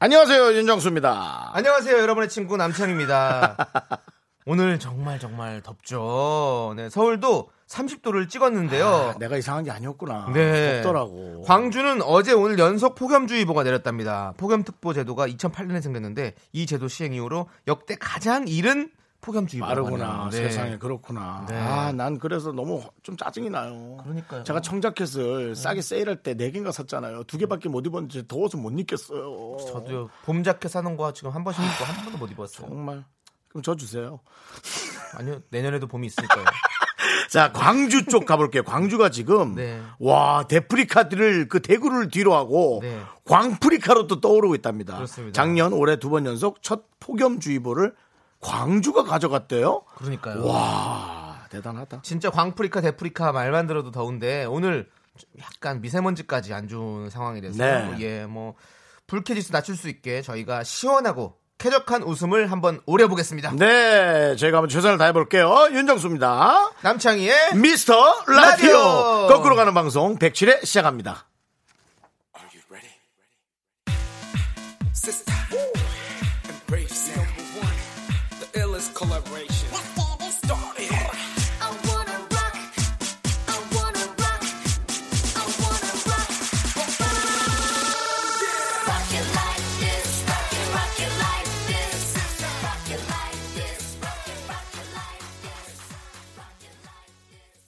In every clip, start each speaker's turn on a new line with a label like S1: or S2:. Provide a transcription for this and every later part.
S1: 안녕하세요 윤정수입니다.
S2: 안녕하세요, 여러분의 친구 남창입니다. 오늘 정말 정말 덥죠. 네, 서울도 30도를 찍었는데요.
S1: 아, 내가 이상한 게 아니었구나.
S2: 네.
S1: 없더라고.
S2: 광주는 어제 오늘 연속 폭염주의보가 내렸답니다. 폭염특보 제도가 2008년에 생겼는데 이 제도 시행 이후로 역대 가장 이른 폭염주의보가
S1: 빠르구나
S2: 나네요. 네.
S1: 세상에 그렇구나.
S2: 네.
S1: 아 난 그래서 너무좀 짜증이 나요.
S2: 그러니까요.
S1: 제가 청자켓을 싸게 세일할 때 네 개인가 샀잖아요. 두 개밖에 못 입었는데 더워서 못 입겠어요.
S2: 저도요. 봄 자켓 사는 거 지금 한 번씩 입고 한 번도 못 입었어요.
S1: 정말 그럼 저 주세요.
S2: 아니요. 내년에도 봄이 있으니까요.
S1: 자, 광주 쪽 가볼게요. 광주가 지금
S2: 네.
S1: 와 데프리카를 그 대구를 뒤로 하고
S2: 네.
S1: 광프리카로 또 떠오르고 있답니다.
S2: 그렇습니다.
S1: 작년 올해 두 번 연속 첫 폭염주의보를 광주가 가져갔대요.
S2: 그러니까요.
S1: 와 대단하다.
S2: 진짜 광프리카 대프리카 말만 들어도 더운데 오늘 약간 미세먼지까지 안 좋은 상황이라서
S1: 네.
S2: 예, 뭐 불쾌지수 낮출 수 있게 저희가 시원하고 쾌적한 웃음을 한번 오려보겠습니다.
S1: 네, 저희가 한번 최선을 다해볼게요. 윤정수입니다. 음.
S2: 남창희의
S1: 미스터 라디오.
S2: 라디오.
S1: 거꾸로 가는 방송 107회 시작합니다.
S3: Sister, embrace it. number one, the illest collaboration.
S4: I wanna rock, I wanna rock, I wanna rock, rock it like this, rock it, rock it like this, rock it like this, rock it, rock it like this, rock it like this.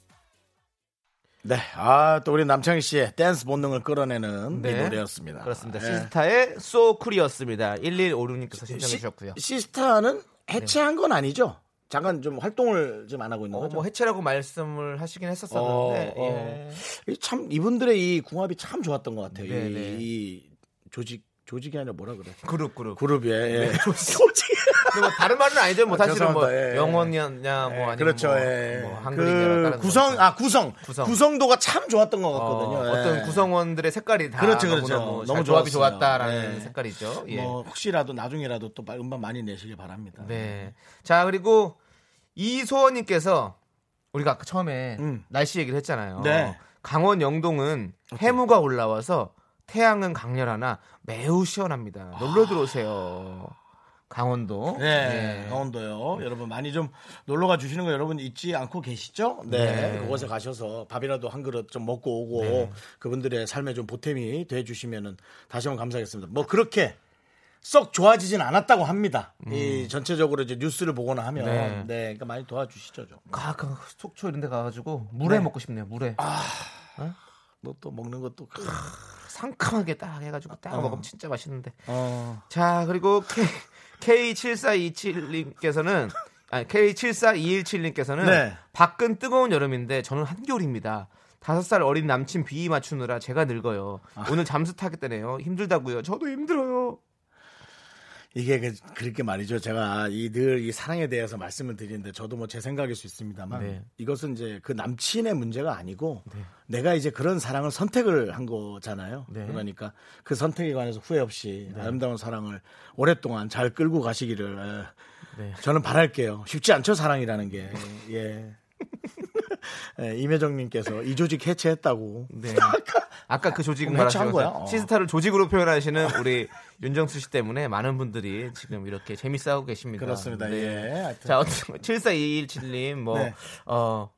S1: 네, 아, 또 우리 남창희 씨의 댄스 본능을 끌어내는 이
S2: 네.
S1: 노래였습니다.
S2: 그렇습니다.
S1: 예.
S2: 시스타의 소쿨이었습니다. 1156님께서 신청해
S1: 시-
S2: 주셨고요. 네.
S1: 시스타는 해체한 건 아니죠? 잠깐 좀 활동을 지금 안 하고 있는
S2: 어,
S1: 거죠?
S2: 뭐 해체라고 말씀을 하시긴 했었었는데 예.
S1: 어, 어. 이참 이분들의 이 궁합이 참 좋았던 것 같아요.
S2: 네,
S1: 이,
S2: 네.
S1: 이 조직 조직이 아니라 뭐라 그래?
S2: 예. 그룹 그룹.
S1: 그룹이 예.
S2: 네,
S1: 조직.
S2: 그리고 다른 말은 아니죠. 뭐
S1: 아,
S2: 사실은 뭐
S1: 죄송합니다. 예.
S2: 영원이냐 뭐 아니면
S1: 그렇죠.
S2: 뭐,
S1: 예.
S2: 뭐 한글이냐
S1: 그 구성 아 구성
S2: 구성.
S1: 구성도가 참 좋았던 것
S2: 어,
S1: 같거든요. 예.
S2: 어떤 구성원들의 색깔이 다
S1: 그렇죠,
S2: 너무나
S1: 그렇죠.
S2: 뭐
S1: 너무
S2: 잘 조합이
S1: 좋았어요.
S2: 좋았다라는
S1: 네.
S2: 색깔이죠. 예.
S1: 뭐 혹시라도 나중에라도 또 빨리 음반 많이 내시길 바랍니다.
S2: 네. 자 그리고 이소원님께서 우리가 아까 처음에
S1: 음.
S2: 날씨 얘기를 했잖아요.
S1: 네.
S2: 강원 영동은 해무가 올라와서 태양은 강렬하나 매우 시원합니다. 놀러 들어오세요. 강원도.
S1: 네,
S2: 네.
S1: 강원도요. 여러분 많이 좀 놀러 가 주시는 거 여러분 잊지 않고 계시죠? 네, 그곳에 가셔서 밥이라도 한 그릇 좀 먹고 오고
S2: 네.
S1: 그분들의 삶에 좀 보탬이 돼 주시면은 다시 한번 감사하겠습니다. 뭐 그렇게 썩 좋아지진 않았다고 합니다. 이 전체적으로 이제 뉴스를 보거나 하면 네,
S2: 음. 네.
S1: 그러니까 많이 도와주시죠 좀. 뭐
S2: 가, 가 속초 이런 데 가가지고 물회 먹고 싶네요. 물회.
S1: 아. 너 또 먹는 것도 크-
S2: 상큼하게 딱 해가지고 딱 먹으면 진짜 맛있는데.
S1: 어.
S2: 자, 그리고 K, K7427님께서는 아니 K74217님께서는
S1: 네.
S2: 밖은 뜨거운 여름인데 저는 한겨울입니다. 다섯 살 어린 남친 비위 맞추느라 제가 늙어요.
S1: 아.
S2: 오늘 잠수 타겠다네요. 힘들다고요. 저도 힘들어요.
S1: 이게 그, 그렇게 말이죠. 제가 이 늘 이 사랑에 대해서 말씀을 드리는데 저도 뭐 제 생각일 수 있습니다만
S2: 네.
S1: 이것은 이제 그 남친의 문제가 아니고 내가 이제 그런 사랑을 선택을 한 거잖아요.
S2: 네.
S1: 그러니까 그 선택에 관해서 후회 없이 아름다운 사랑을 오랫동안 잘 끌고 가시기를 에,
S2: 네.
S1: 저는 바랄게요. 쉽지 않죠 사랑이라는 게. 예. 예, 임혜정님께서 이 조직 해체했다고.
S2: 네. 아까 그 조직
S1: 그럼 해체한
S2: 말하시면서
S1: 거야? 어.
S2: 시스타를 조직으로 표현하시는 우리 윤정수 씨 때문에 많은 분들이 지금 이렇게 재밌어하고 계십니다.
S1: 그렇습니다.
S2: 네.
S1: 예. 하여튼.
S2: 자, 74217님, 뭐,
S1: 네.
S2: 어,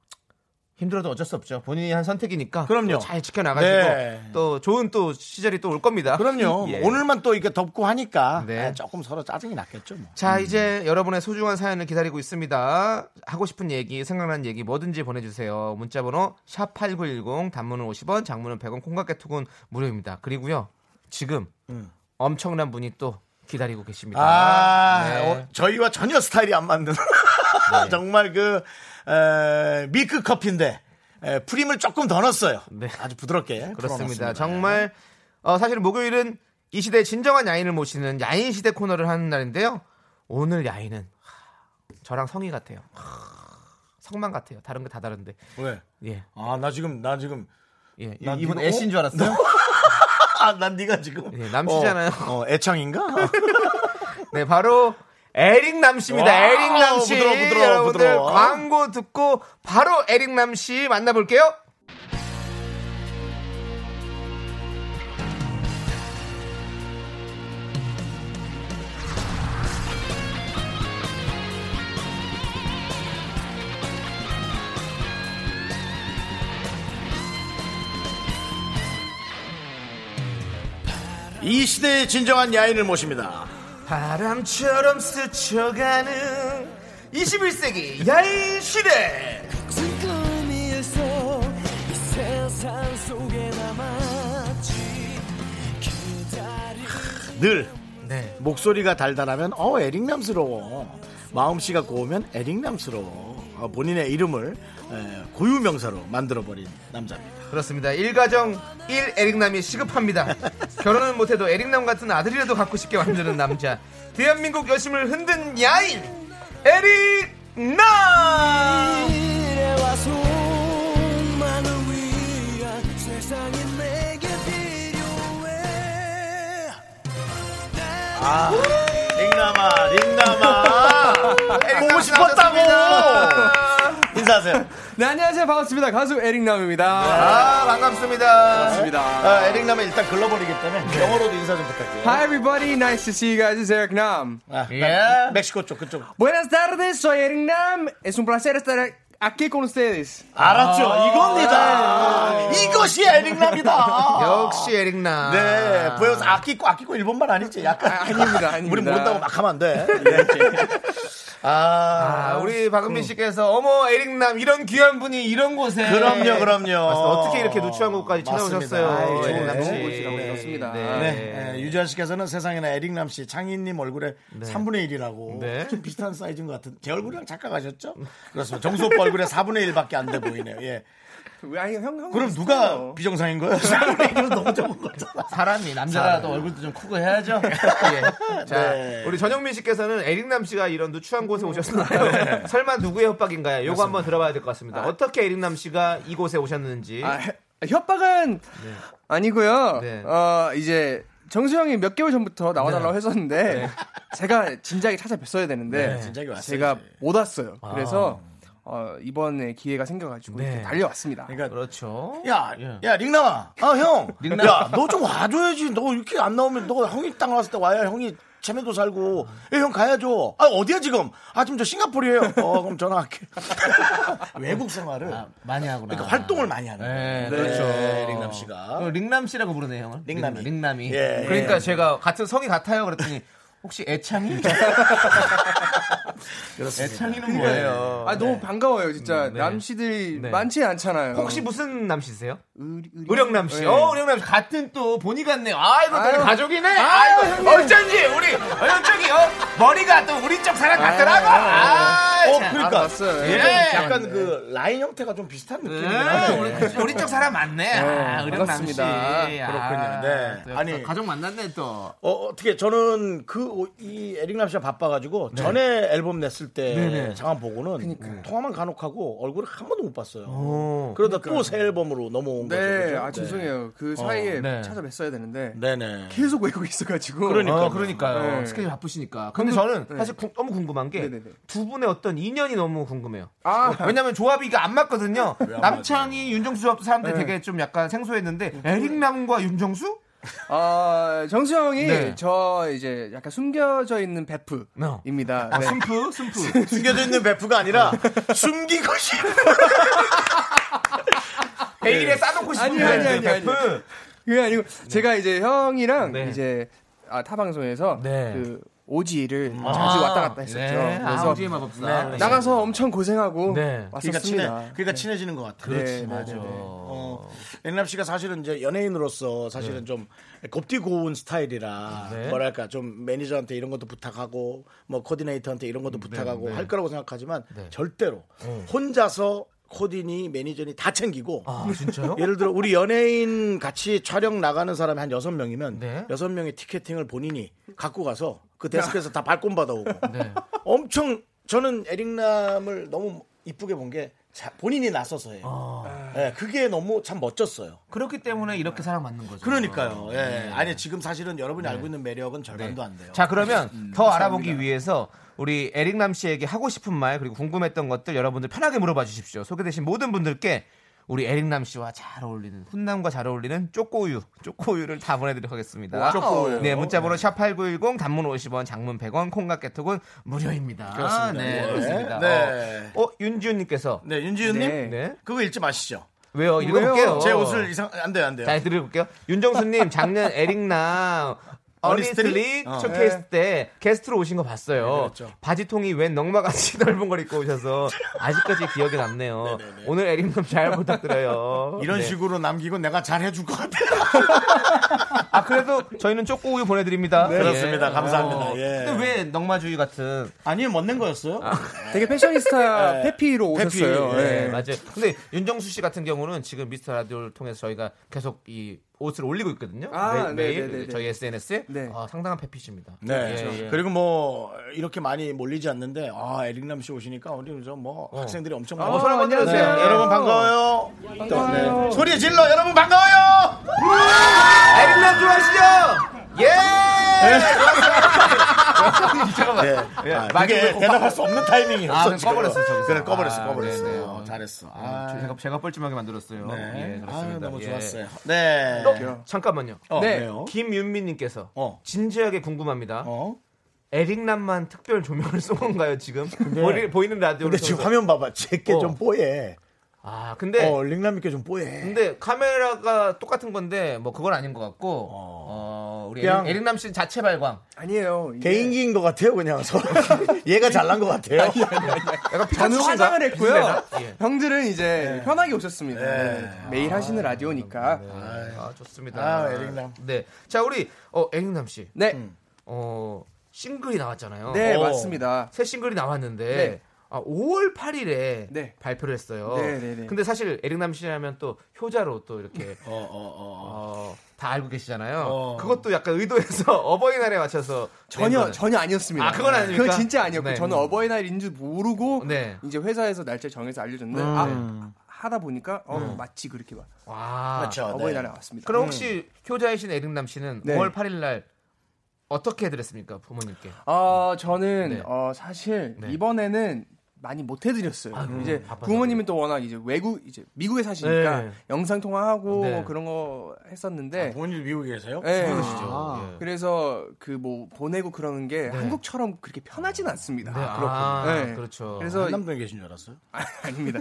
S2: 힘들어도 어쩔 수 없죠. 본인이 한 선택이니까.
S1: 그럼요.
S2: 또잘 지켜나가시고.
S1: 네.
S2: 또 좋은 또 시절이 또 올 겁니다.
S1: 그럼요.
S2: 예.
S1: 오늘만 또 이렇게 덥고 하니까
S2: 네.
S1: 아, 조금 서로 짜증이 났겠죠. 뭐.
S2: 자, 이제 여러분의 소중한 사연을 기다리고 있습니다. 하고 싶은 얘기, 생각난 얘기 뭐든지 보내주세요. 문자번호 샵8910, 단문은 50원, 장문은 100원, 콩깍개톡은 무료입니다. 그리고요, 지금 음. 엄청난 분이 또 기다리고 계십니다.
S1: 아,
S2: 네.
S1: 어, 저희와 전혀 스타일이 안 맞는 정말 그 에, 밀크 커피인데 에, 프림을 조금 더 넣었어요.
S2: 네.
S1: 아주 부드럽게
S2: 그렇습니다.
S1: 풀어놨습니다.
S2: 정말 어, 사실 목요일은 이 시대의 진정한 야인을 모시는 야인 시대 코너를 하는 날인데요. 오늘 야인은 하, 저랑 성이 같아요. 하, 성만 같아요. 다른 거 다 다른데.
S1: 왜?
S2: 예.
S1: 아 나 지금 나 지금
S2: 예.
S1: 나
S2: 이분
S1: 네가-
S2: 애신
S1: 어?
S2: 줄 알았어요.
S1: 아, 난 네가 지금
S2: 예, 남씨잖아요.
S1: 어, 어, 애창인가?
S2: 네, 바로 에릭 남씨입니다.
S1: 와우,
S2: 에릭 남씨.
S1: 부드러워, 부드러워,
S2: 여러분들
S1: 부드러워.
S2: 광고 듣고 바로 에릭 남씨 만나볼게요.
S1: 이 시대의 진정한 야인을 모십니다.
S2: 바람처럼 스쳐가는 21세기 야인 시대.
S1: 늘
S2: 네.
S1: 목소리가 달달하면 어 에릭남스러워. 마음씨가 고우면 에릭남스러워. 어, 본인의 이름을 에, 고유 명사로 만들어 버린 남자입니다.
S2: 그렇습니다. 일가정 1 에릭남이 시급합니다. 결혼은 못해도 에릭남 같은 아들이라도 갖고 싶게 만드는 남자. 대한민국 여심을 흔든 야인 에릭남.
S1: 아, 링남아, 링남아. 보고 싶었다고. 인사하세요.
S5: 네, 안녕하세요. 반갑습니다. 가수 에릭남입니다.
S2: 아 반갑습니다.
S5: 반갑습니다.
S1: 아, 에릭남은 일단 글로벌이기 때문에 영어로도 인사 좀 부탁드려요.
S5: Hi everybody, nice to see you guys. It's Eric Nam.
S1: 아, 나-
S2: 예.
S1: 멕시코 쪽 그쪽.
S5: Buenas tardes, soy Eric Nam. Es un placer estar aquí con ustedes.
S1: 알았죠.
S2: 아,
S1: 이겁니다. 이것이 에릭남이다.
S2: 네. 역시 에릭남.
S1: 네, 보여서 아끼고 아끼고 일본말 아니지? 약간
S5: 아, 아닙니다, 아닙니다.
S1: 우리 모른다고 막 하면 안 돼. 네, 이제. 아,
S2: 아, 우리 박은빈 씨께서 어머 에릭남 이런 귀한 분이 이런 곳에
S1: 그럼요, 그럼요.
S2: 맞습니다. 어떻게 이렇게 누추한 곳까지
S1: 맞습니다.
S2: 찾아오셨어요?
S1: 아이,
S2: 에릭남
S1: 좋은
S2: 씨.
S5: 곳이라고 들었습니다.
S2: 네.
S1: 네, 네, 유지환 씨께서는 세상에나 에릭남 씨, 창희님 얼굴의 3분의 1이라고
S2: 네.
S1: 좀 비슷한 사이즈인 것 같은. 제 얼굴이랑 착각하셨죠? 그렇습니다. 정수 오빠 얼굴의 4분의 1밖에 안 돼 보이네요. 예.
S5: 왜, 아니, 형, 형.
S2: 뭐
S1: 그럼 누가 비정상인 거예요? 4분의 1은 너무 적은 거잖아.
S2: 사람이 남자라도 얼굴도 좀 크고 해야죠. 예. 자,
S1: 네.
S2: 우리 전영민 씨께서는 에릭남 씨가 이런 누추한 곳에 오셨나요?
S1: 네.
S2: 설마 누구의 협박인가요? 요거 한번 들어봐야 될 것 같습니다.
S1: 아.
S2: 어떻게 에릭남 씨가 이곳에 오셨는지.
S5: 아, 혀- 협박은
S1: 네.
S5: 아니고요.
S2: 네.
S5: 어, 이제 정수 형이 몇 개월 전부터 나와달라고
S1: 네.
S5: 했었는데 제가 진작에 찾아뵀어야 되는데
S1: 네, 진작에 아. 왔어야지.
S5: 제가 못 왔어요. 그래서 어, 이번에 기회가
S1: 네.
S5: 생겨가지고 이렇게 달려왔습니다.
S1: 그러니까
S2: 그렇죠.
S1: 야, 야, 링남아. 아, 형.
S2: 링남.
S1: 야, 너 좀 와줘야지. 너 이렇게 안 나오면 너 형이 딱 나왔을 때 와야 형이 체면도 살고. 야, 형 가야죠. 아, 어디야 지금? 아, 지금 저 싱가포르예요. 어, 그럼 전화할게. 외국 생활을.
S2: 많이 하구나.
S1: 그러니까 활동을 많이 하는.
S2: 아, 네,
S1: 거예요.
S2: 그렇죠.
S1: 네, 링남 씨가.
S2: 어, 링남 씨라고 부르네요, 형은.
S1: 링남이.
S2: 링남이.
S1: 예,
S2: 그러니까
S1: 예.
S2: 제가 같은 성이 같아요. 그랬더니 혹시 애창이? 애창이는
S1: 네.
S2: 뭐예요?
S5: 아 너무 반가워요
S1: 음,
S5: 진짜 남씨들이 많지 않잖아요.
S2: 혹시
S1: 뭐
S2: 무슨 남씨세요?
S5: 어. 의리- 의리-
S2: 의령남 씨.
S5: 네.
S2: 어, 의령남 씨 같은 또 본이 같네요. 아, 이거 되게
S5: 아유.
S2: 가족이네. 아,
S5: 아유,
S2: 이거
S5: 형님.
S2: 어쩐지 우리 어쩐지 어, 머리가 또 우리 쪽 사람 같더라고. 아,
S1: 어,
S2: 참.
S1: 그러니까.
S5: 알았어요.
S1: 예,
S2: 예.
S1: 약간 그 라인 형태가 좀 비슷한
S2: 네,
S1: 느낌이긴 한데.
S2: 우리, 우리 쪽 사람 맞네. 아, 의령남 씨.
S5: 그, 반갑습니다.
S1: 그렇군요. 네. 아니.
S2: 아니 가족 만났네 또.
S1: 어, 어떻게 저는 그 이 에릭남 씨가 바빠가지고 전에 앨범 냈을 때 장안 보고는 음, 통화만 간혹 하고 얼굴을 한 번도 못 봤어요. 그러다 또 새 앨범으로 넘어온 거죠.
S5: 네,
S1: 그죠? 어,
S5: 아 죄송해요. 그 사이에
S2: 네.
S5: 찾아뵀어야 되는데
S1: 네. 네네.
S5: 계속 외국에 있어가지고
S1: 그러니까요.
S2: 어, 그러니까요.
S5: 네.
S2: 스케줄 바쁘시니까. 근데 저는 사실 궁- 너무 궁금한 게
S5: 네네네.
S2: 두 분의 어떤 인연이 너무 궁금해요.
S1: 어,
S5: 아.
S2: 왜냐면 조합이 이게 안 맞거든요.
S1: 안
S2: 남창이 윤정수 조합도 사람들이
S5: 네.
S2: 되게 좀 약간 생소했는데 에릭남과 윤정수?
S5: 아 정수 형이
S2: 네.
S5: 저 이제 약간 숨겨져 있는
S2: 어.
S5: 베프입니다.
S1: 아,
S5: 네.
S2: 순프? 순프.
S1: 숨겨져 있는 베프가 아니라 숨기고 싶은
S2: 베일에
S1: 네.
S2: 싸놓고 싶은
S5: 아니, 아니,
S2: 그
S5: 아니, 아니.
S2: 베프.
S5: 그게 아니고 제가 이제 형이랑
S2: 네.
S5: 이제 아, 타 방송에서
S2: 네.
S5: 그 오지를 자주 왔다 갔다 했었죠.
S2: 네. 아,
S5: 그래서
S2: 오지의 마법사.
S1: 네.
S5: 나가서 엄청 고생하고
S2: 네.
S1: 그러니까 친해
S5: 왔었습니다. 네,
S1: 그러니까 친해지는 것 같아요.
S5: 그렇지,
S1: 맞아. 어, 앵남 씨가 사실은 이제 연예인으로서
S2: 네.
S1: 사실은 좀 곱디고운 스타일이라 뭐랄까 좀 매니저한테 이런 것도
S2: 네,
S1: 부탁하고 뭐 코디네이터한테 이런 것도 부탁하고 할 거라고 생각하지만 절대로 혼자서 코디니 매니저니 다 챙기고
S2: 아 진짜요?
S1: 예를 들어 우리 연예인 같이 촬영 나가는 사람이 한 여섯 명이면
S2: 네. 아.
S1: 여섯 명의 티켓팅을 본인이 갖고 가서 그 데스크에서 다 발권 받아오고
S2: 네.
S1: 엄청 저는 에릭남을 너무 이쁘게 본 게 본인이 나서서 해요.
S2: 아.
S1: 예, 그게 너무 참 멋졌어요.
S2: 그렇기 때문에 이렇게 사랑받는 거죠.
S1: 그러니까요. 예. 아니 지금 사실은 여러분이 알고 있는 매력은 절반도 안 돼요.
S2: 자 그러면
S1: 음,
S2: 더 알아보기 위해서 우리 에릭남 씨에게 하고 싶은 말 그리고 궁금했던 것들 여러분들 편하게 물어봐 주십시오. 소개되신 모든 분들께 우리 에릭남 씨와 잘 어울리는 훈남과 잘 어울리는 쪼꼬우유 쪼꼬우유를 다 보내드리도록 하겠습니다.
S1: 쪼꼬우유.
S2: 네 문자번호 샵 #8910 단문 50원, 장문 100원, 콩과 깨톡은 무료입니다.
S1: 그렇습니다.
S2: 네,
S1: 네.
S2: 그렇습니다.
S1: 네.
S2: 어, 어, 윤지훈님께서
S1: 네, 윤지윤님
S5: 네.
S2: 네.
S1: 그거 읽지 마시죠.
S2: 왜요? 읽어볼게요.
S1: 제 옷을 이상 안 돼요, 안 돼요.
S2: 잘 들어볼게요. 윤정수님 작년 에릭남 어니스트리
S1: 어니스트리? 어. 네,
S2: 쇼케이스 때 게스트로 오신 거 봤어요.
S1: 그랬죠.
S2: 바지통이 웬 넝마같이 넓은 걸 입고 오셔서 아직까지 기억에 남네요. 오늘 에릭남 잘 부탁드려요.
S1: 이런
S2: 네.
S1: 식으로 남기고 내가 잘 해줄 것 같아요.
S2: 아 그래도 저희는 쪼꼬우유 보내드립니다. 예.
S1: 네. 그렇습니다. 감사합니다.
S2: 어.
S1: 예.
S2: 근데 왜 넝마주의 같은?
S1: 아니요, 멋낸 거였어요.
S5: 되게 패셔니스타 네. 페피로
S1: 페피,
S5: 오셨어요.
S1: 예.
S5: 예.
S2: 네, 맞아요. 근데 윤정수 씨 같은 경우는 지금 미스터 라디오를 통해서 저희가 계속 이 옷을 올리고 있거든요.
S5: 아,
S2: 매, 일
S5: 네네네네.
S2: 저희 SNS에 아,
S5: 네.
S2: 상당한 패피십니다.
S1: 네.
S2: 예, 예.
S1: 그리고 뭐 이렇게 많이 몰리지 않는데 아 에릭남 씨 오시니까 우리 저뭐 학생들이 엄청 많이
S2: 어서 한번
S1: 네,
S2: 들어주세요.
S1: 여러분 반가워요. 네. 소리 질러 여러분 반가워요.
S2: 에릭남 좋아하시죠? 예! 잠깐만.
S1: 네.
S2: 예,
S1: 아,
S2: 마지막에
S1: 그게 대답할 수 없는 타이밍이었어.
S2: 아, 그럼
S1: 지금.
S2: 꺼버렸어, 저기서.
S1: 그래 꺼버렸어,
S2: 아,
S1: 꺼버렸어.
S2: 네, 네.
S1: 어, 잘했어.
S2: 아,
S1: 아,
S2: 제가, 제가 뻘쭘하게 만들었어요.
S1: 네.
S2: 예, 그렇습니다.
S1: 아, 너무
S2: 예.
S1: 좋았어요. 네.
S2: 어, 잠깐만요.
S1: 어,
S5: 네.
S1: 왜요?
S2: 김윤미님께서
S1: 어.
S2: 진지하게 궁금합니다.
S1: 어?
S2: 에릭남만 특별 조명을 쏜 건가요 지금? 보이, 보이는 라디오로.
S1: 근데 지금 화면 봐봐. 제게 좀 뽀얘.
S2: 아 근데
S1: 어, 링남 있게 좀 뽀얘.
S2: 근데 카메라가 똑같은 건데 뭐 그건 아닌 것 같고 어, 우리 에릭,
S1: 그냥-
S2: 에릭남 씨 자체 발광
S5: 아니에요. 이게
S1: 개인기인 것 같아요, 그냥. 서로. 얘가 잘난 것 같아요.
S2: 약간
S5: 저는
S2: 피카츄인가?
S5: 화장을 했고요.
S2: 예.
S5: 네. 형들은 이제 편하게 오셨습니다. 네. 매일 하시는 라디오니까.
S2: 아 좋습니다.
S1: 예. 아, 에릭남.
S2: 네, 자 우리 어 에릭남 씨,
S5: 네,
S2: 어 싱글이 나왔잖아요.
S5: 네
S1: 어.
S5: 맞습니다.
S2: 새 싱글이 나왔는데
S5: 네.
S2: 아, 5월 8일에
S5: 네.
S2: 발표를 했어요.
S5: 네, 네, 네.
S2: 근데 사실 에릭남 씨라면 또 효자로 또 이렇게
S1: 어, 어, 어.
S2: 어, 다 알고 계시잖아요.
S1: 어.
S2: 그것도 약간 의도해서 어버이날에 맞춰서
S5: 전혀
S2: 낸 거는.
S5: 전혀 아니었습니다.
S2: 아, 그건 아닙니까?
S5: 그건 진짜 아니었고
S2: 네.
S5: 저는 어버이날인 줄 모르고
S2: 네. 음.
S5: 이제 회사에서 날짜 정해서 알려줬는데 아, 하다 보니까 어, 마치 그렇게 와.
S2: 와.
S1: 맞죠. 네.
S5: 어버이날에
S2: 음.
S5: 왔습니다.
S2: 그럼 혹시 효자이신 에릭남 씨는
S5: 음. 네.
S2: 5월 8일날 어떻게 해드렸습니까 부모님께?
S5: 어, 저는
S2: 네.
S5: 어, 사실
S2: 네.
S5: 이번에는 많이 못 해드렸어요.
S2: 아유,
S5: 이제
S2: 바빠서.
S5: 부모님은 또 워낙 이제 외국 이제 미국에 사시니까
S2: 네.
S5: 영상 통화하고
S2: 네.
S5: 뭐 그런 거 했었는데
S1: 본인도 아, 미국에 계세요?
S5: 예.
S2: 아. 예.
S5: 그래서 그 뭐 보내고 그러는 게 한국처럼 그렇게 편하진 않습니다.
S2: 네,
S5: 그렇-
S2: 아,
S5: 네.
S2: 그렇죠.
S5: 그래서
S1: 한남동에 계신 줄 알았어요?
S5: 아, 닙니다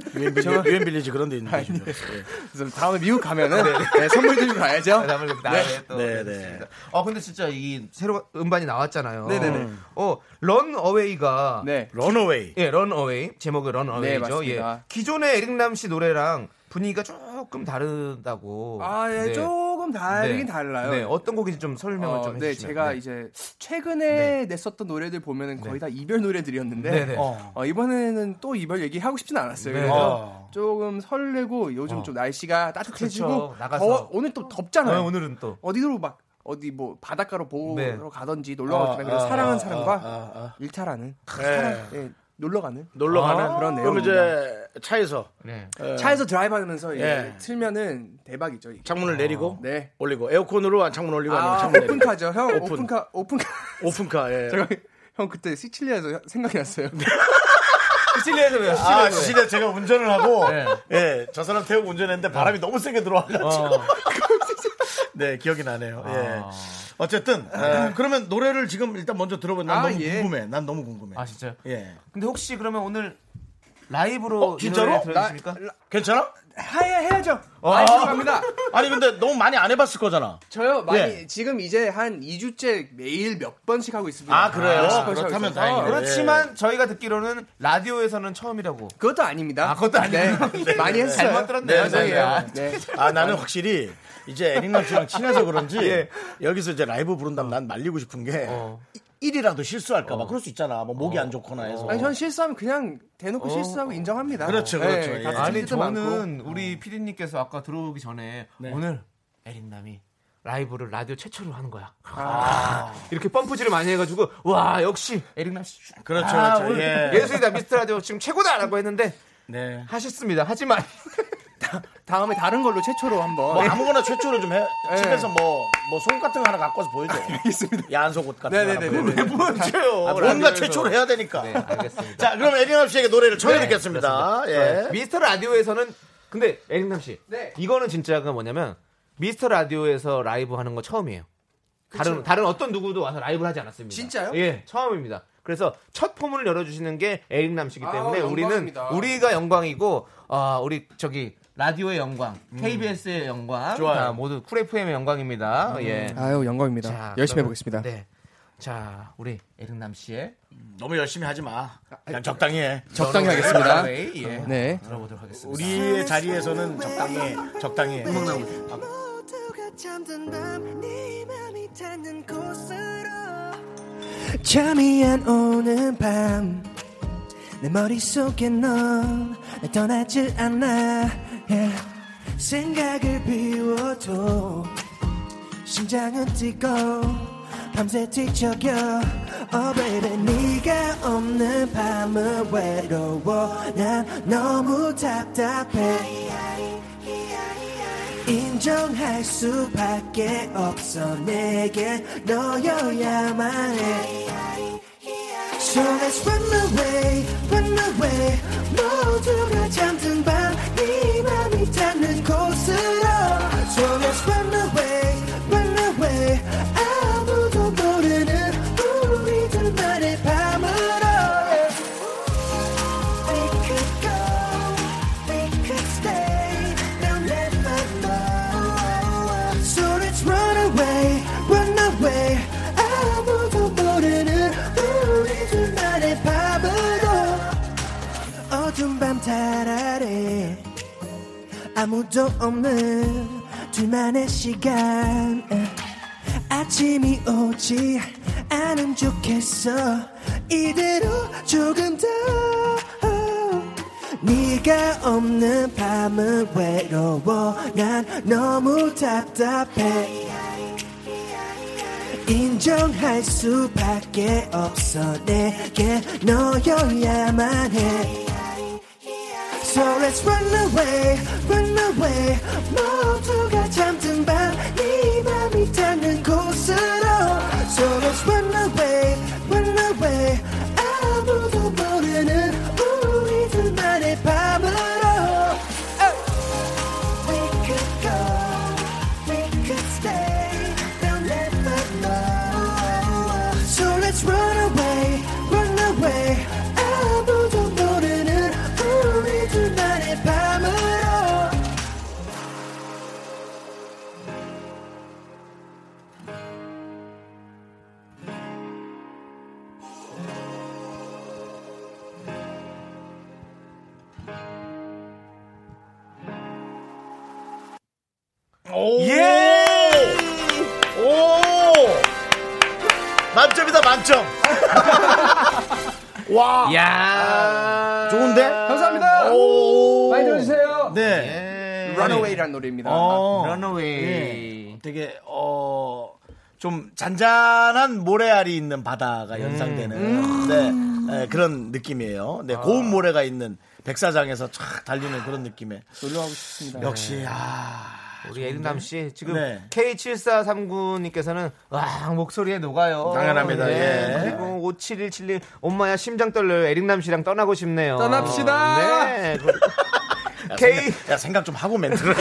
S1: 유엔 빌리지 그런 데 있는 계신 줄 알았어요. 예.
S5: 그래서 다음에 미국 가면은 네, 선물 들고 가야죠.
S2: 아, 남을 이렇게 나에 또
S1: 네,
S2: 네. 어 근데 진짜 이 새로 음반이 나왔잖아요.
S5: 네네네.
S2: 어런 어웨이가
S5: 네.
S1: 런어웨이.
S2: 예, 런 어웨이 제목이 런 어웨이죠.
S5: 맞습니다.
S2: 예. 기존의 에릭남 씨 노래랑 분위기가 조금 다르다고.
S5: 아, 예,
S2: 네.
S5: 조금 다르긴
S2: 네.
S5: 달라요.
S2: 네, 어떤 곡인지 좀 설명을
S5: 어,
S2: 좀
S5: 네,
S2: 해주시면.
S5: 제가 이제 최근에 냈었던 노래들 보면은 거의 다 이별 노래들이었는데
S2: 네. 네네.
S1: 어.
S5: 어, 이번에는 또 이별 얘기 하고 싶진 않았어요.
S2: 네. 어.
S5: 그래서
S1: 어.
S5: 조금 설레고 요즘 좀 날씨가 따뜻해지고
S2: 그렇죠. 나가서.
S5: 더워- 오늘 또 덥잖아요.
S2: 어, 오늘은 또
S5: 어디로 막 어디 뭐 바닷가로 보러
S2: 네. 아,
S5: 가든지 놀러 가거나 그런 사랑하는 사람과 일탈하는 사랑, 예, 놀러 가는
S1: 놀러 가는
S5: 아, 그런
S1: 네. 그럼
S5: 내용입니다.
S1: 이제 차에서
S2: 네.
S1: 예,
S5: 차에서 드라이브하면서 예,
S1: 예.
S5: 틀면은 대박이죠. 이게.
S1: 창문을 내리고
S5: 네.
S1: 올리고 에어컨으로 창문 올리고 아니면
S5: 아,
S1: 창문 내리고
S5: 오픈카죠, 형.
S1: 오픈.
S5: 오픈카, 오픈카.
S1: 오픈카. 예.
S5: 제가 형 그때 시칠리아에서 생각이 났어요.
S2: 시칠리에서 왜요?
S1: 아,
S2: 시칠리에서
S1: 진짜 제가 운전을 하고,
S2: 네.
S1: 예, 저 사람 태우고 운전했는데 바람이 너무 세게 들어와가지고. 네, 기억이 나네요. 예.
S2: 아.
S1: 어쨌든,
S2: 네.
S1: 어, 그러면 노래를 지금 일단 먼저 들어보면 난
S5: 아,
S1: 너무
S5: 예.
S1: 궁금해. 난 너무 궁금해.
S2: 아 진짜.
S1: 예.
S2: 근데 혹시 그러면 오늘 라이브로
S1: 어, 진짜로?
S2: 들으십니까?
S1: 괜찮아?
S5: 하야 해야죠. 많이 들어갑니다.
S1: 아니, 근데 너무 많이 안 해봤을 거잖아.
S5: 저요 많이
S1: 예.
S5: 지금 이제 한 2주째 매일 몇 번씩 하고 있습니다.
S1: 아, 그래요?
S5: 몇십 번씩 하고
S1: 그렇다면
S5: 있어서.
S1: 다행이네요.
S5: 그렇-
S2: 그렇지만 저희가 듣기로는 라디오에서는 처음이라고.
S5: 그것도 아닙니다.
S2: 아, 그것도 아니에요?
S5: 네, 많이 했어요.
S2: 잘못 들었네요,
S5: 네,
S2: 저희가.
S5: 죄송해요. 네.
S1: 아, 나는 확실히
S2: 예. 어.
S1: 이제 에릭남 씨랑 친해서 그런지 여기서 이제 라이브 부른다면 난 말리고 싶은 게 1이라도 실수할까봐 그럴 수 있잖아. 뭐 목이 안 좋거나
S2: 어.
S1: 해서.
S5: 아니 전 실수하면 그냥 대놓고 실수하고 인정합니다.
S1: 그렇죠, 그렇죠.
S5: 네,
S1: 예.
S2: 아니
S5: 아니 저
S2: 저는 우리 피디님께서 아까 들어오기 전에 오늘 에린남이 라이브를 라디오 최초로 하는 거야. 이렇게 펌프질을 많이 해가지고 와 역시 에린남 씨
S1: 그렇죠,
S2: 아,
S1: 그렇죠.
S2: 오늘
S1: 예.
S2: 예술이다 미스터 라디오 지금 최고다라고 했는데
S1: 네.
S2: 하셨습니다. 하지만
S5: 다음에 다른 걸로 최초로 한번
S1: 뭐 아무거나 최초로 좀 해.
S5: 예.
S1: 집에서 뭐, 뭐 속옷 같은 거 하나 갖고 와서 보여줘. 알겠습니다. 야한 속옷 같은 거. 하나 보여줘.
S5: 네네네네.
S2: 보여줘요.
S1: 아, 뭔가 최초로 해야 되니까.
S2: 네, 알겠습니다.
S1: 자, 그럼 에리남 씨에게 노래를 청해 듣겠습니다.
S2: 그렇습니다. 네.
S1: 예.
S2: 미스터 라디오에서는 근데 에릭남 씨,
S5: 네.
S2: 이거는 진짜가 뭐냐면 미스터 라디오에서 라이브 하는 거 처음이에요. 다른 다른 어떤 누구도 와서 라이브를 하지 않았습니다.
S5: 진짜요?
S2: 예, 처음입니다. 그래서 첫 포문을 열어주시는 게 에릭남 씨기
S5: 아우,
S2: 때문에 우리는
S5: 영광입니다.
S2: 우리가 영광이고 아 우리 저기 라디오의 영광,
S5: 음.
S2: KBS의 영광,
S1: 좋아요.
S2: 다 모두 쿨 FM의 영광입니다.
S5: 음.
S2: 예.
S5: 아유 영광입니다.
S2: 자,
S5: 열심히
S2: 그러면-
S5: 해보겠습니다.
S2: 네. 자, 우리 에릭남 씨의
S1: 너무 열심히 하지 마. 그냥 적당히 해.
S5: 적당히 하겠습니다.
S2: 웨이, 예.
S5: 네.
S2: 들어보도록 하겠습니다.
S1: 우리의 자리에서는 적당히 해. 적당히 해.
S6: 모두가 잠든 밤 네 맘이 닿는 곳으로 잠이 안 오는 밤 내 머릿속에 넌 떠나질 않아 yeah. 생각을 비워도 심장은 뛰고 밤새 뒤척여 Oh baby 네가 없는 밤은 외로워 난 너무 답답해 인정할 수밖에 없어 내게 너여야만 해 So let's run away, run away 모두가 잠든 밤네 맘이 닿는 곳으로 So let's run away, run away 아무도 모르는 우리들만의 밤으로 We could go, we could stay. Now let me know. So let's run away, run away. 아무도 모르는 우리 둘만의 밤으로 어두운 밤달 아래 아무도 없는 둘만의 시간. 아침이 오지 않으면 좋겠어 이대로 조금 더 네가 없는 밤은 외로워 난 너무 답답해 인정할 수밖에 없어 내게 너여야만 해 So let's run away, run away. 모두가 잠든 밤네 맘이 닿는 곳으로. So let's run away, run away. 아무도 모르는 우리 둘만의 밤으로. We could go, we could stay. They'll never know. So let's run away, run away. 아무도 모르는 우리 둘만의 밤으로.
S1: 오! 오! 만점이다, 만점!
S5: 아.
S1: 와!
S2: 야
S1: 좋은데?
S5: 감사합니다.
S1: 오!
S5: 많이 들어주세요.
S1: 네.
S5: 런어웨이라는 노래입니다.
S1: 어.
S2: 아, 런어웨이.
S5: 네.
S1: 예. 되게 어. 좀 잔잔한 모래알이 있는
S5: 음.
S1: 바다가 연상되는 네, 예, 그런 느낌이에요.
S5: 아.
S1: 네, 고운 모래가 있는 백사장에서 촥 달리는 그런 느낌의
S5: 놀러 가고 싶습니다. 네.
S1: 역시 아
S2: 우리 에린남 씨 지금
S1: 네.
S2: K7439님께서는 와 목소리에 녹아요. 네.
S1: 당연합니다, 예.
S2: 그리고 57177 엄마야 심장 떨려요. 에린남 씨랑 떠나고 싶네요.
S5: 떠납시다.
S2: 네. 그-
S1: 야,
S2: K
S1: 생각, 야 생각 좀 하고 멘트를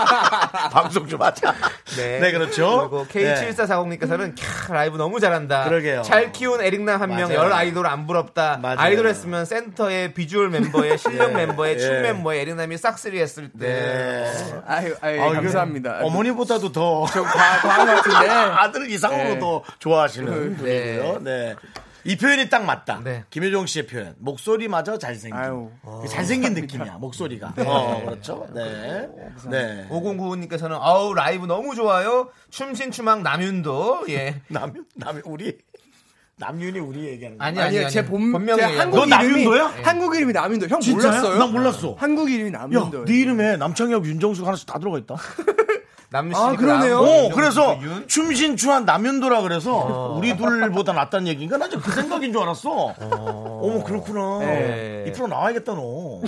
S1: 방송 좀 하자. 네, 그렇죠.
S2: 그리고
S1: 네.
S2: K7440님께서는 캬 라이브 너무 잘한다.
S1: 그러게요.
S2: 잘 키운 에릭남 한 명
S1: 맞아요.
S2: 열 아이돌 안 부럽다.
S1: 맞아요.
S2: 아이돌 했으면 센터의 비주얼 멤버의 실력
S1: 예.
S2: 멤버의
S1: 예.
S2: 춤 멤버의 에릭남이 싹쓸이 했을 때
S1: 네.
S5: 아유, 아유,
S1: 아, 이게
S5: 감사합니다.
S1: 어머니보다도 더
S5: 과- 과한 것 같은데.
S1: 네. 아들 이상으로 더 좋아하시는
S2: 네.
S1: 분이고요. 네. 이 표현이 딱 맞다.
S2: 네.
S1: 김효정 씨의 표현. 목소리마저 잘생긴.
S5: 아유.
S1: 그 잘생긴 느낌이야, 목소리가. 어, 그렇죠. 네. 네.
S2: 5095님께서는 아우 라이브 너무 좋아요. 춤신추망 남윤도 예.
S1: 남, 남, 우리. 남윤이 우리 얘기하는 거야.
S2: 아니, 아니,
S5: 아니요
S2: 아니.
S5: 제 본, 제
S2: 본명이에요.
S5: 한국
S1: 너
S5: 이름이
S1: 남윤도야? 예.
S5: 한국 이름이 남윤도. 형
S1: 진짜요? 아,
S5: 몰랐어요?
S1: 나 몰랐어.
S5: 한국 이름이
S1: 야,
S5: 남윤도.
S1: 네 이름에 남창혁, 윤정숙 하나씩 다 들어가 있다.
S2: 남씨.
S5: 아, 그러네요. 어,
S1: 어, 그래서
S2: 윤?
S1: 춤신 추한 남윤도라 그래서 우리 둘보다 낫다는 얘기인가? 나 지금 그 생각인 줄 알았어. 네. 어. 머 그렇구나.
S2: 예.
S1: 이 프로 나와야겠다 너.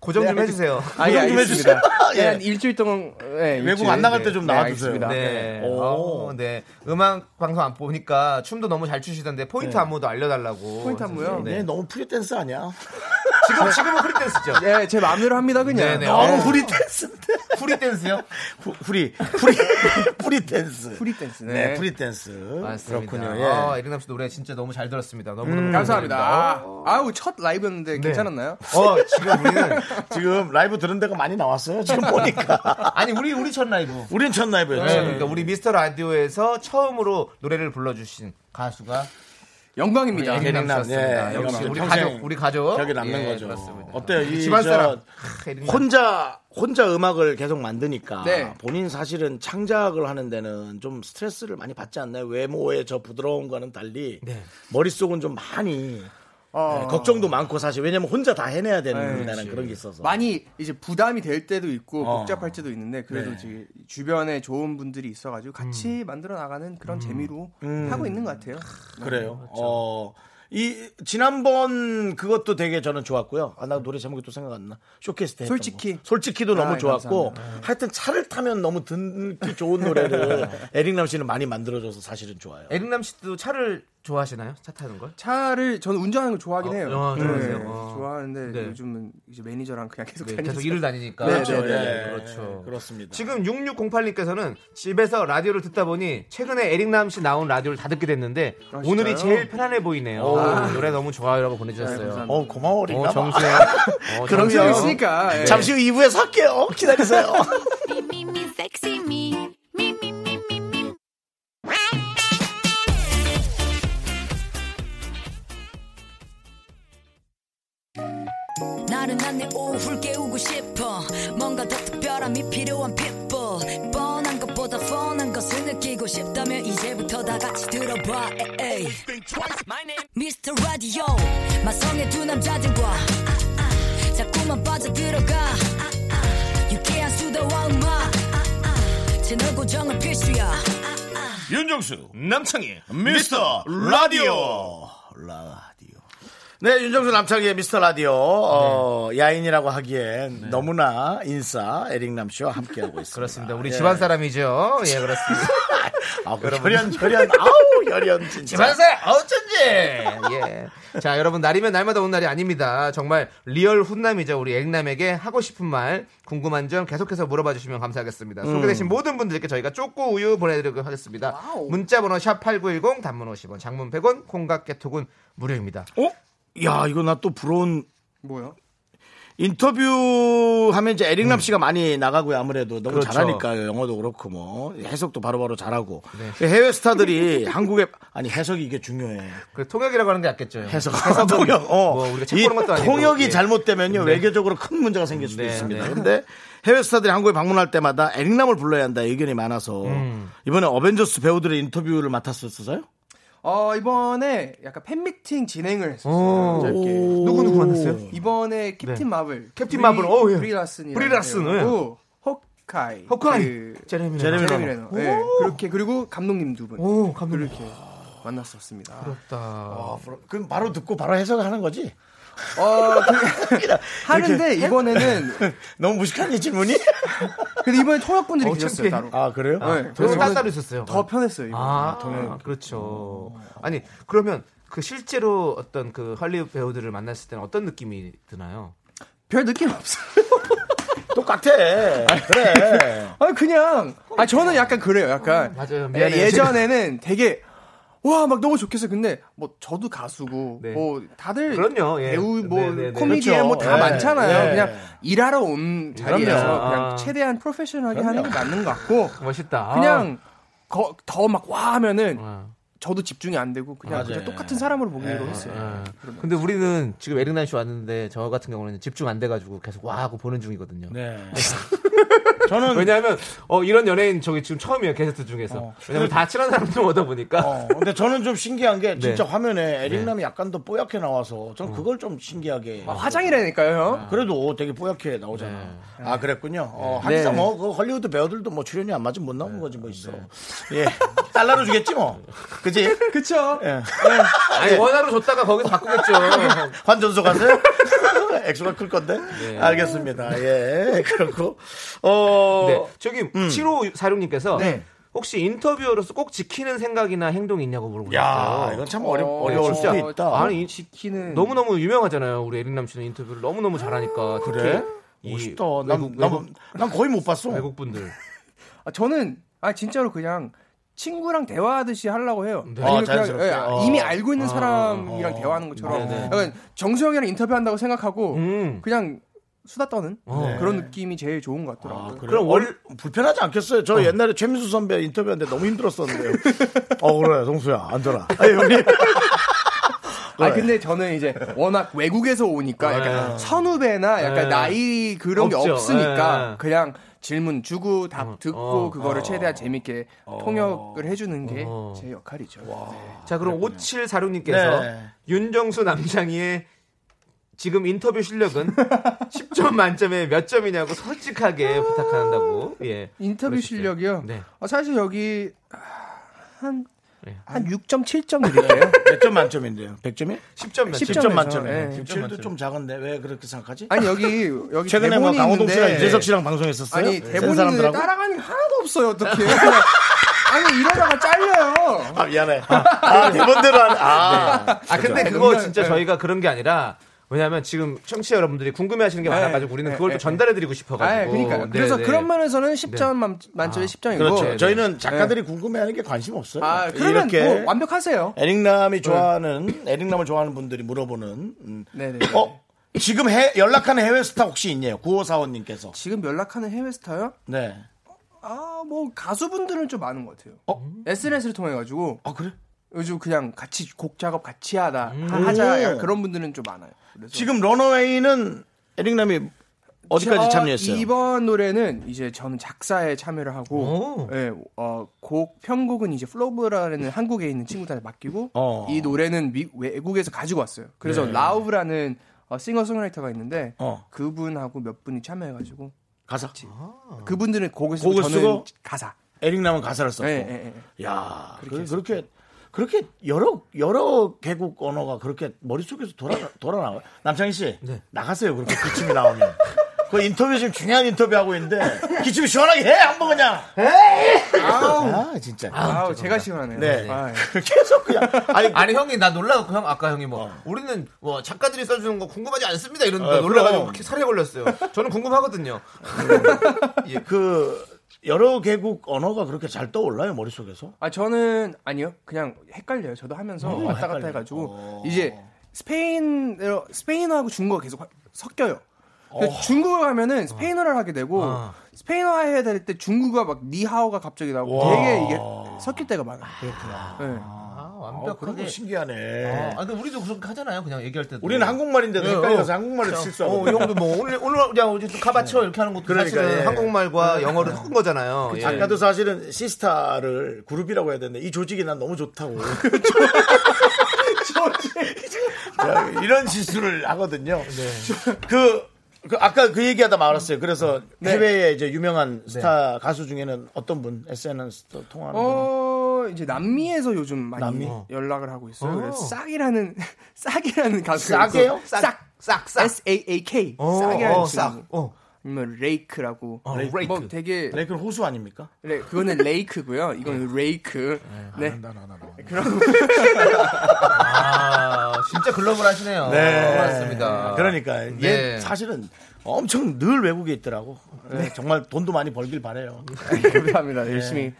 S2: 고정 좀
S5: 네,
S2: 해주세요.
S5: 아, 예,
S1: 고정 좀
S5: 알겠습니다.
S1: 해주세요.
S5: 예, 한
S1: 예.
S5: 일주일 동안 예,
S1: 외국
S5: 일주일.
S1: 안 나갈 때좀
S5: 네,
S1: 나와주세요.
S5: 알겠습니다.
S2: 네.
S1: 아, 오.
S2: 어, 네. 음악 방송 안 보니까 춤도 너무 잘 추시던데 포인트
S1: 네.
S2: 안무도 알려달라고.
S5: 포인트 안무요?
S1: 얘
S2: 네.
S1: 너무 프리댄스 아니야?
S2: 지금 지금은 프리 댄스죠.
S5: 예, 제 마음대로 합니다 그냥. 어,
S2: 네, 네.
S1: 너무
S2: 네.
S1: 어, 프리댄스인데.
S2: 프리 댄스요?
S1: 후- 후리 후리 프리댄스.
S5: 프리댄스.
S1: 네,
S5: 네.
S1: 프리댄스.
S2: 맞습니다.
S1: 그렇군요. 예. 음.
S2: 아, 에릭남 씨 노래 진짜 너무 잘 들었습니다. 너무 너무
S5: 감사합니다. 아, 아우 첫 라이브였는데
S1: 네.
S5: 괜찮았나요?
S2: 어, 지금 우리는
S1: 지금 라이브 들은 데가 많이 나왔어요. 지금 보니까.
S2: 아니 우리 우리 첫 라이브.
S1: 우린 첫 라이브였죠.
S2: 네, 그러니까 우리 미스터 라디오에서 처음으로 노래를 불러주신 가수가
S5: 영광입니다. 어,
S2: 에릭
S1: 아, 에릭남,
S2: 남씨였습니다.
S1: 예,
S2: 역시
S1: 에릭남
S2: 우리
S1: 평생
S2: 가족, 우리 가족
S1: 기억에 남는
S2: 예,
S1: 거죠.
S2: 그렇습니다.
S1: 어때요? 이
S2: 집안
S1: 저-
S2: 사람 아, 에릭남.
S1: 혼자 혼자 음악을 계속 만드니까
S5: 네.
S1: 본인 사실은 창작을 하는 데는 좀 스트레스를 많이 받지 않나요? 외모의 저 부드러움과는 달리
S2: 네.
S1: 머릿속은 좀 많이
S5: 어,
S1: 네, 걱정도 많고 사실 왜냐면 혼자 다 해내야 되는 다는 네, 그런 게 있어서
S5: 많이 이제 부담이 될 때도 있고
S1: 어.
S5: 복잡할 때도 있는데 그래도 이제 주변에 좋은 분들이
S1: 음.
S5: 있어가지고 같이 만들어 나가는 그런 재미로 하고 있는 것 같아요.
S1: 그래요. 어, 이 지난번 그것도 되게 저는 좋았고요. 아, 나 노래 제목이 또 생각 안 나. 쇼케이스 때 했던
S5: 솔직히.
S1: 거. 솔직히도
S5: 아,
S1: 너무 좋았고 하여튼 차를 타면 너무 듣기 좋은 노래를 에릭남 씨는 많이 만들어줘서 사실은 좋아요.
S2: 에릭남 씨도 차를 좋아하시나요? 차 타는 걸?
S5: 차를 저는 운전하는 걸 좋아하긴
S2: 어,
S5: 해요. 네.
S2: 어, 좋아하세요? 어.
S5: 좋아하는데
S2: 네.
S5: 요즘은 이제 매니저랑 그냥 계속
S2: 네,
S5: 다니면서
S2: 계속 일을 다니니까.
S5: 네, 네,
S2: 네,
S1: 네.
S2: 그렇죠.
S1: 그렇습니다.
S2: 지금 6608님께서는 집에서 라디오를 듣다 보니 최근에 에릭남 씨 나온 라디오를 다 듣게 됐는데
S1: 아,
S2: 오늘이 제일 편안해 보이네요. 아, 노래 너무 좋아요라고 보내주셨어요.
S5: 감사합니다.
S1: 어 고마워 에릭남.
S2: 어, 정수야. 어,
S1: 그럼요.
S2: 정수야.
S5: 방송 있으니까 예.
S1: 잠시 후 2부에 서할게요 기다리세요.
S4: Me, me, me, sexy me. Me, me, me, me, me.
S7: 나른한 내 오후를 깨우고 싶어 뭔가 더 특별함이 필요한 people 뻔한 것보다 뻔한 것을 느끼고 싶다면 이제부터 다 같이 들어봐 에이. Mr. Radio 마성의 두 남자들과 아, 아. 자꾸만 빠져들어가 아, 아. 유쾌한 수도와 음악 아, 아. 채널 고정은 필수야
S1: 윤정수 남창희 미스터 라디오 라디오. 네, 윤정수 남창희의 미스터 라디오 어,
S2: 네.
S1: 야인이라고 하기엔 너무나 인싸 에릭남 씨와 함께하고 있습니다.
S2: 그렇습니다. 우리
S1: 예.
S2: 집안 사람이죠. 예, 그렇습니다.
S1: 아, 혈연 혈연 아우 혈연 진짜.
S2: 집안 사람 어쩐지. 예. 자, 여러분 날이면 날마다 온 날이 아닙니다. 정말 리얼 훈남이죠. 우리 에릭남에게 하고 싶은 말, 궁금한 점 계속해서 물어봐 주시면 감사하겠습니다. 소개되신 모든 분들께 저희가 쪼꼬 우유 보내드리도록 하겠습니다. 문자번호 샵8910 단문 50원, 장문 100원, 콩각 개톡은 무료입니다.
S1: 어? 야, 이거 나 또 부러운
S5: 예. 뭐요?
S1: 인터뷰 하면 이제 에릭남 씨가 많이 나가고요. 아무래도 너무
S2: 음. 그렇죠.
S1: 잘하니까요. 영어도 그렇고 뭐 해석도 바로바로 잘하고
S2: 네.
S1: 해외 스타들이 한국에 아니 해석이 이게 중요해.
S2: 그 통역이라고 하는 게 낫겠죠. 형.
S1: 해석
S2: 해석은
S1: 통역 어.
S2: 뭐 우리가 책
S1: 이
S2: 보는 것도 아니고
S1: 통역이
S2: 예.
S1: 잘못되면요 외교적으로 큰 문제가 생길 수도
S2: 네,
S1: 있습니다.
S2: 네.
S1: 근데 해외 스타들이 한국에 방문할 때마다 에릭남을 불러야 한다 의견이 많아서 이번에 어벤져스 배우들의 인터뷰를 맡았었어요.
S5: 어 이번에 약간 팬미팅 진행을
S2: 오.
S5: 했었어요. 짧게.
S2: 누구 누구
S5: 그
S2: 만났어요?
S5: 이번에 캡틴 마블,
S2: 캡틴 마블, 어, 예.
S5: 브리 라슨이,
S2: 브리 라슨, 예.
S5: 호카이,
S2: 허카이
S5: 그,
S2: 제레미
S1: 제레미
S5: 제레미 레너, 예. 그렇게 그리고 감독님 두 분,
S2: 오, 아, 감독님.
S5: 그렇게 만났었습니다.
S2: 부럽다.
S1: 아, 그럼 바로 듣고 바로 해석을 하는 거지.
S5: 어, 그- 하는데 이번에는
S1: 너무 무식한 이 질문이?
S5: 근데 이번에 통역분들이
S2: 어,
S5: 계셨어요
S2: 창피해.
S5: 따로.
S1: 아 그래요?
S5: 네,
S2: 저는
S5: 그래서
S2: 따로 있었어요.
S5: 더 편했어요. 이번에.
S2: 아, 그렇죠. 아니, 그러면 그 실제로 어떤 그 할리우드 배우들을 만났을 때는 어떤 느낌이 드나요?
S5: 별 느낌 없어요.
S1: 똑같아. 그래.
S5: 아 그냥 아 저는 약간 그래요. 약간
S2: 어, 맞아요.
S5: 예,
S2: 미안해요.
S5: 예전에는 되게 와 막 너무 좋겠어요. 근데 뭐 저도 가수고
S2: 네.
S5: 뭐 다들
S2: 그럼요, 예.
S5: 배우 뭐
S2: 네, 네, 네.
S5: 코미디에 뭐 다
S1: 그렇죠. 예,
S5: 많잖아요.
S1: 예.
S5: 그냥 일하러 온 자리에서
S2: 그럼요.
S5: 그냥
S2: 아.
S5: 최대한 프로페셔널하게 하는 게 맞는 것 같고
S2: 멋있다.
S5: 그냥 더 막 와 하면은
S2: 아,
S5: 저도 집중이 안 되고 그냥,
S1: 맞아요.
S5: 그냥 똑같은 사람으로 보기로 했어요.
S2: 아. 근데 우리는 지금 에릭난 씨 왔는데 저 같은 경우는 집중 안 돼가지고 계속 와 하고 보는 중이거든요.
S1: 네. 저는-
S2: 네. 왜냐하면 어, 이런 연예인 저기 지금 처음이에요 게스트 중에서. 왜냐면 다 친한 사람들 오다 보니까.
S1: 어, 근데 저는 좀 신기한 게 진짜
S2: 네.
S1: 화면에 에릭남이 약간 더 뽀얗게 나와서 저는 그걸 좀 신기하게
S5: 아, 화장이라니까요, 형.
S1: 그래도 되게 뽀얗게 나오잖아.
S2: 네.
S1: 아 그랬군요. 어, 항상
S5: 네.
S1: 뭐 그 헐리우드 배우들도 뭐 출연이 안 맞으면 못 나오는
S2: 네.
S1: 거지 뭐 있어. 예, 달러로 주겠지 뭐. 그지?
S5: 그쵸?
S1: 예.
S2: 아니 원화로 줬다가 거기서 바꾸겠죠.
S1: 환전소 가세요? 액수가 클 건데.
S2: 네.
S1: 알겠습니다. 예. 그렇고 어.
S2: 네. 저기 7호 사령님께서
S1: 네.
S2: 혹시 인터뷰로서 꼭 지키는 생각이나 행동이 있냐고
S1: 야,
S2: 물어보셨어요.
S1: 이건 참 어려, 어려울 수도
S2: 진짜.
S1: 있다.
S2: 아니, 이-
S5: 지키는.
S2: 너무 너무 유명하잖아요. 우리 에릭남 씨는 인터뷰를 너무 너무
S5: 아,
S2: 잘하니까. 특히
S1: 그래?
S2: 이
S1: 멋있다. 난,
S2: 외국,
S1: 난,
S2: 외국,
S1: 난 거의 못 봤어.
S2: 외국 분들.
S5: 아, 저는, 아, 진짜로 그냥 친구랑 대화하듯이 하려고 해요.
S2: 네.
S5: 아니면
S1: 아, 자연스럽게.
S5: 그냥, 예,
S1: 어.
S5: 이미 알고 있는
S2: 어.
S5: 사람이랑
S1: 어.
S5: 대화하는 것처럼.
S2: 네네.
S5: 약간 정수영이랑 인터뷰한다고 생각하고,
S2: 음.
S5: 그냥 수다 떠는
S2: 어.
S5: 그런 느낌이 제일 좋은 것 같더라고요.
S1: 그럼 월 불편하지 않겠어요? 저 옛날에 최민수 선배 인터뷰하는데 너무 힘들었었는데요. 어 그래, 동수야 앉아라. 아니, 우리
S5: 아
S2: 아,
S1: 그래.
S5: 근데 저는 이제 워낙 외국에서 오니까 약간 선후배나 약간
S2: 네.
S5: 나이 그런 게
S2: 없죠.
S5: 없으니까
S2: 네.
S5: 그냥 질문 주고 답 듣고
S2: 어.
S5: 그거를 최대한 재밌게 통역을 해주는 게
S2: 어.
S5: 제 역할이죠. 네.
S2: 자, 그럼 5746님께서
S1: 네.
S2: 윤정수 남장이의 지금 인터뷰 실력은 10점 만점에 몇 점이냐고 솔직하게 부탁한다고. 예.
S5: 아. 인터뷰
S2: 그러시죠.
S5: 실력이요.
S2: 네.
S5: 어, 사실 여기 한
S2: 네.
S5: 한 6.7점 드릴게요.
S1: 몇 점 만점인데요? 100점이?
S2: 10점 만점.
S5: 10점
S1: 10점
S5: 만점에.
S1: 만점에.
S5: 예,
S1: 17도 좀 작은데 왜 그렇게 생각하지?
S5: 아니 여기 여기
S1: 최근에 뭐
S5: 대본이
S1: 강호동 씨랑
S5: 있는데
S1: 이재석 씨랑 방송했었어요. 네,
S5: 아니
S1: 센
S5: 대본 있는데
S1: 사람들하고?
S5: 따라가는 게 하나도 없어요. 어떻게? 아니 이러다가 잘려요.
S1: 아 미안해. 아 대본대로 안. 아.
S5: 네.
S2: 아, 근데 그거 진짜 저희가 그런 게 아니라 왜냐하면 지금 청취자 여러분들이 궁금해하시는 게 많아가지고 우리는
S5: 네,
S2: 그걸
S5: 네,
S2: 또 전달해드리고 싶어가지고.
S5: 아, 그러니까
S2: 네,
S5: 그래서
S2: 네.
S5: 그런 면에서는 10점 만, 만점에 10점이고
S1: 그렇죠.
S2: 네, 네.
S1: 저희는 작가들이 궁금해하는 게 관심 없어요.
S5: 아, 그러면
S1: 이렇게
S5: 뭐 완벽하세요. 네.
S1: 에릭남이 좋아하는 에릭남을 좋아하는 분들이 물어보는. 음,
S5: 네네.
S1: 어 지금 해, 연락하는 해외 스타 혹시 있냐요? 9545님께서.
S5: 지금 연락하는 해외 스타요?
S1: 네.
S5: 아, 뭐 가수분들은 좀 많은 것 같아요.
S1: 어?
S5: SNS를 통해 가지고
S1: 아 그래?
S5: 요즘 그냥 같이 곡 작업 같이 하다 하자 약간 그런 분들은 좀 많아요. 그래서
S1: 음. 지금 런어웨이는 에릭남이 어디까지
S5: 저
S1: 참여했어요?
S5: 이번 노래는 이제 저는 작사에 참여를 하고,
S2: 오.
S5: 예, 어, 곡 편곡은 이제 플로브라는 한국에 있는 친구들한테 맡기고,
S1: 어. 네.
S5: 이 노래는 미- 외국에서 가지고 왔어요. 그래서 라우브라는 어, 싱어송라이터가 있는데
S1: 어.
S5: 그분하고 몇 분이 참여해가지고
S1: 가사.
S5: 그분들은 곡을
S1: 어.
S5: 쓰고
S1: 곡을
S5: 저는
S1: 쓰고?
S5: 가사.
S1: 에릭남은 가사를 썼고.
S5: 예, 예, 예.
S1: 야, 그렇게 그, 렇게 그렇게 여러 여러 개국 언어가 그렇게 머릿속에서 돌아 돌아 나와요. 남창희 씨. 나가세요. 그렇게 기침이 나오면. 그 인터뷰 지금 중요한 인터뷰 하고 있는데 기침 시원하게 해 한번 그냥. 아, 진짜.
S5: 아우 제가 시원하네요.
S1: 네.
S5: 아, 예.
S1: 계속 그냥 아니
S2: 아니 형이 나 놀라고 형 아까 형이 뭐 우리는 뭐 작가들이 써주는 거 궁금하지 않습니다 이런데
S1: 어,
S2: 놀라가지고
S1: 그럼.
S2: 아, 그렇게 살해 걸렸어요. 저는 궁금하거든요.
S1: 그 여러 개국 언어가 그렇게 잘 떠올라요 머릿속에서.
S5: 아 저는 아니요 그냥 헷갈려요. 저도 하면서 왔다 갔다 해가지고
S1: 어.
S5: 이제 스페인 스페인어하고 중국어 계속 화- 섞여요. 근데 중국어 하면은 스페인어를 하게 되고 스페인어 해야 될 때 중국어 막 니하오가 갑자기 나오고 되게 이게 섞일 때가 많아요. 네. 그렇구나.
S2: 아
S1: 아, 그런 거 신기하네.
S2: 아, 근데 우리도 그렇게 하잖아요. 그냥 얘기할 때도.
S1: 우리는 한국말인데도
S2: 예,
S1: 헷갈려서
S2: 어.
S1: 한국말을
S2: 그렇죠.
S1: 실수하고.
S2: 어, 형도 뭐 오늘 오늘 그냥 어제 좀 가바쳐 이렇게 하는 것도
S1: 그러니까,
S2: 사실은
S1: 예.
S2: 한국말과 영어를 섞은 거잖아요. 예.
S1: 아까도 사실은 시스타를 그룹이라고 해야 되는데 이 조직이 난 너무 좋다고. 자, 이런 실수를 하거든요. 그, 그 아까 그 얘기하다 말았어요. 그래서 해외에 이제 유명한 스타 가수 중에는 어떤 분 SNS 또 통하는 분.
S5: 어 이제 남미에서 요즘 많이
S1: 남미?
S5: 연락을 하고 있어요. 그래서 싹이라는 싹이라는 가수 그
S1: 싹이에요?
S5: 싹, 싹, 싹, S A A K.
S2: 어,
S5: 싹이라는
S2: 어,
S5: 친구.
S2: 싹. 어.
S5: 아니면 레이크라고.
S2: 어, 레이크.
S5: 뭐 되게
S1: 레이크 호수 아닙니까?
S5: 네, 그거는 레이크고요. 이건 레이크. 네.
S2: 아, 진짜 글로벌 하시네요.
S1: 네.
S2: 맞습니다.
S1: 그러니까 얘
S2: 아, 네.
S1: 사실은 엄청 늘 외국에 있더라고. 네, 정말 돈도 많이 벌길 바래요.
S5: 감사합니다. 열심히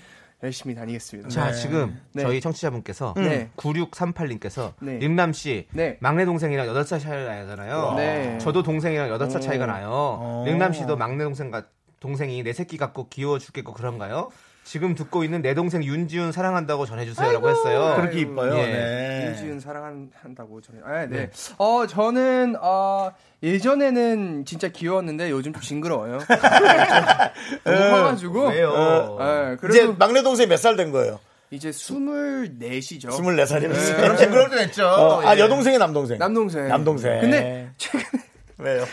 S5: 열심히 다니겠습니다.
S2: 자, 지금
S5: 네.
S2: 저희 청취자분께서
S5: 네.
S2: 9638님께서
S5: 네.
S2: 림남 씨
S5: 네.
S2: 막내 동생이랑 8살 차이 나잖아요.
S5: 네.
S2: 저도 동생이랑 8살 차이가 나요. 림남 씨도 막내 동생 같 동생이 내 새끼 같고 귀여워 죽겠고 그런가요? 지금 듣고 있는 내 동생 윤지훈 사랑한다고 전해주세요라고 했어요.
S1: 그렇게 이뻐요.
S2: 예.
S1: 네.
S5: 윤지은 사랑한다고 전해. 아, 네. 어 저는 어, 예전에는 진짜 귀여웠는데 요즘 좀 징그러워요. 네. 너무 화가지고.
S2: 왜요?
S5: 예,
S1: 이제
S5: 그래도
S1: 막내 동생이 몇 살 된 거예요?
S5: 이제 어? 스물네시죠.
S1: 24살이면서.
S2: 그럴 때 했죠.
S1: 아, 여동생이 남동생?
S5: 남동생.
S1: 남동생. 네.
S5: 근데 최근에
S1: 왜요?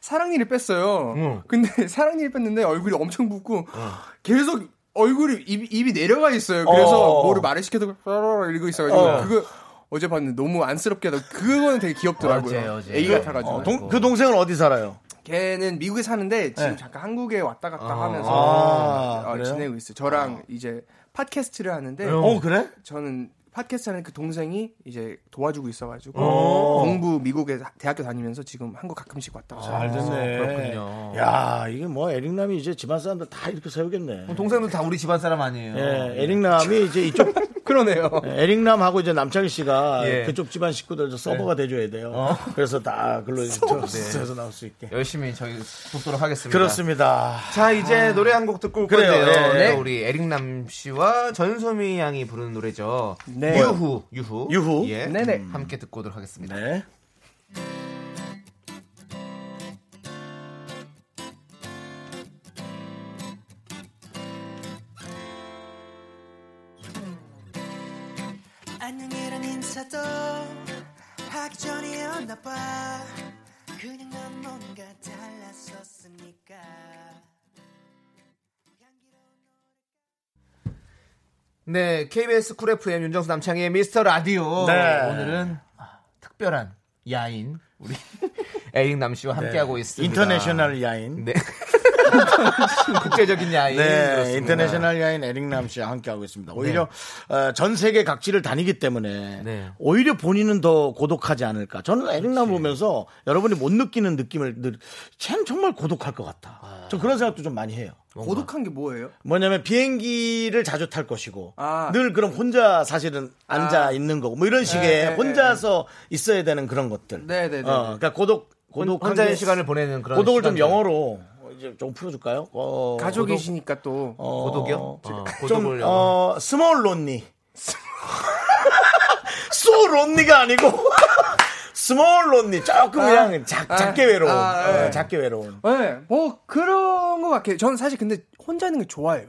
S5: 사랑니를 뺐어요. 근데 사랑니를 뺐는데 얼굴이 엄청 붓고
S1: 어.
S5: 계속 얼굴이 입, 입이 내려가 있어요. 그래서
S1: 어.
S5: 뭐를 말을 시켜도 빠라라 이러고 있어가지고
S1: 어.
S5: 그거 어제 봤는데 너무 안쓰럽게 하다 그거는 되게 귀엽더라고요.
S2: 어제, 어제.
S5: 애기 같아가지고.
S1: 어, 동, 그 동생은 어디 살아요?
S5: 걔는 미국에 사는데 지금
S1: 네.
S5: 잠깐 한국에 왔다 갔다 하면서
S1: 아,
S5: 어,
S1: 그래요? 아.
S5: 지내고 있어요. 저랑 이제 팟캐스트를 하는데
S1: 어, 그래?
S5: 저는 팟캐스트 하는 그 동생이 이제 도와주고 있어가지고
S1: 어.
S5: 공부 미국에 대학교 다니면서 지금 한국 가끔씩 왔다 갔다
S1: 잘 됐네.
S2: 그렇군요.
S1: 야, 이게 뭐 에릭남이 이제 집안 사람들 다 이렇게 세우겠네.
S2: 동생도 다 우리 집안 사람 아니에요.
S1: 예, 에릭남이 이제 이쪽 예,
S5: 그러네요.
S1: 에릭남하고 이제 남창희 씨가
S2: 예.
S1: 그쪽 집안 식구들 저 서버가 돼줘야 돼요. 그래서 다 글로 네. 어. 서버에서 나올 수 있게.
S2: 열심히 저희 돕도록 하겠습니다.
S1: 그렇습니다.
S2: 자 이제 노래 한 곡 듣고 올
S1: 아. 그래요.
S2: 건데요.
S1: 네.
S2: 또 우리 에릭남 씨와 전소미 양이 부르는 노래죠.
S5: 네.
S2: 유후, 유후,
S1: 유후.
S2: 예.
S5: 네네.
S2: 함께 듣고 오도록 하겠습니다.
S1: 네.
S6: 안녕이란 인사도 하기 전이었나 봐 그냥 넌 뭔가 달랐었으니까
S2: 네, KBS 쿨 FM 윤정수 남창의 미스터 라디오.
S1: 네.
S2: 오늘은 아, 특별한 야인 우리 에릭남 씨와 함께 하고 있습니다.
S1: 네. 인터내셔널 야인.
S2: 네. 국제적인 야인.
S1: 네,
S2: 그렇습니다.
S1: 인터내셔널 야인 에릭남 씨와 함께하고 있습니다. 오히려 어, 전 세계 각지를 다니기 때문에
S2: 네.
S1: 오히려 본인은 더 고독하지 않을까. 저는 에릭남 보면서 여러분이 못 느끼는 느낌을 늘, 참 정말 고독할 것 같다.
S2: 아.
S1: 저 그런 생각도 좀 많이 해요.
S5: 고독한 게 뭐예요?
S1: 뭐냐면 비행기를 자주 탈 것이고
S5: 아.
S1: 늘 그럼 혼자 사실은 앉아 있는 거고 뭐 이런 식의
S5: 네, 네,
S1: 혼자서 있어야 되는 그런 것들.
S5: 네, 네, 네.
S1: 어, 그러니까 고독 고독
S2: 혼자의 시간을 보내는 그런
S1: 고독을 좀
S2: 시간들.
S1: 영어로 이제 좀 풀어줄까요? 어,
S5: 가족이시니까 또
S1: 고독, 어,
S2: 고독이요? 어, 고독을
S1: 좀,
S2: 영어로.
S1: 어, 스몰 론니. 소 론니가 아니고 스몰 론니. 조금 그냥 작, 작게 외로운.
S5: 아, 네.
S1: 어, 작게 외로운.
S5: 네, 뭐 그런 것 같아요. 저는 사실 근데 혼자 있는 게 좋아해요.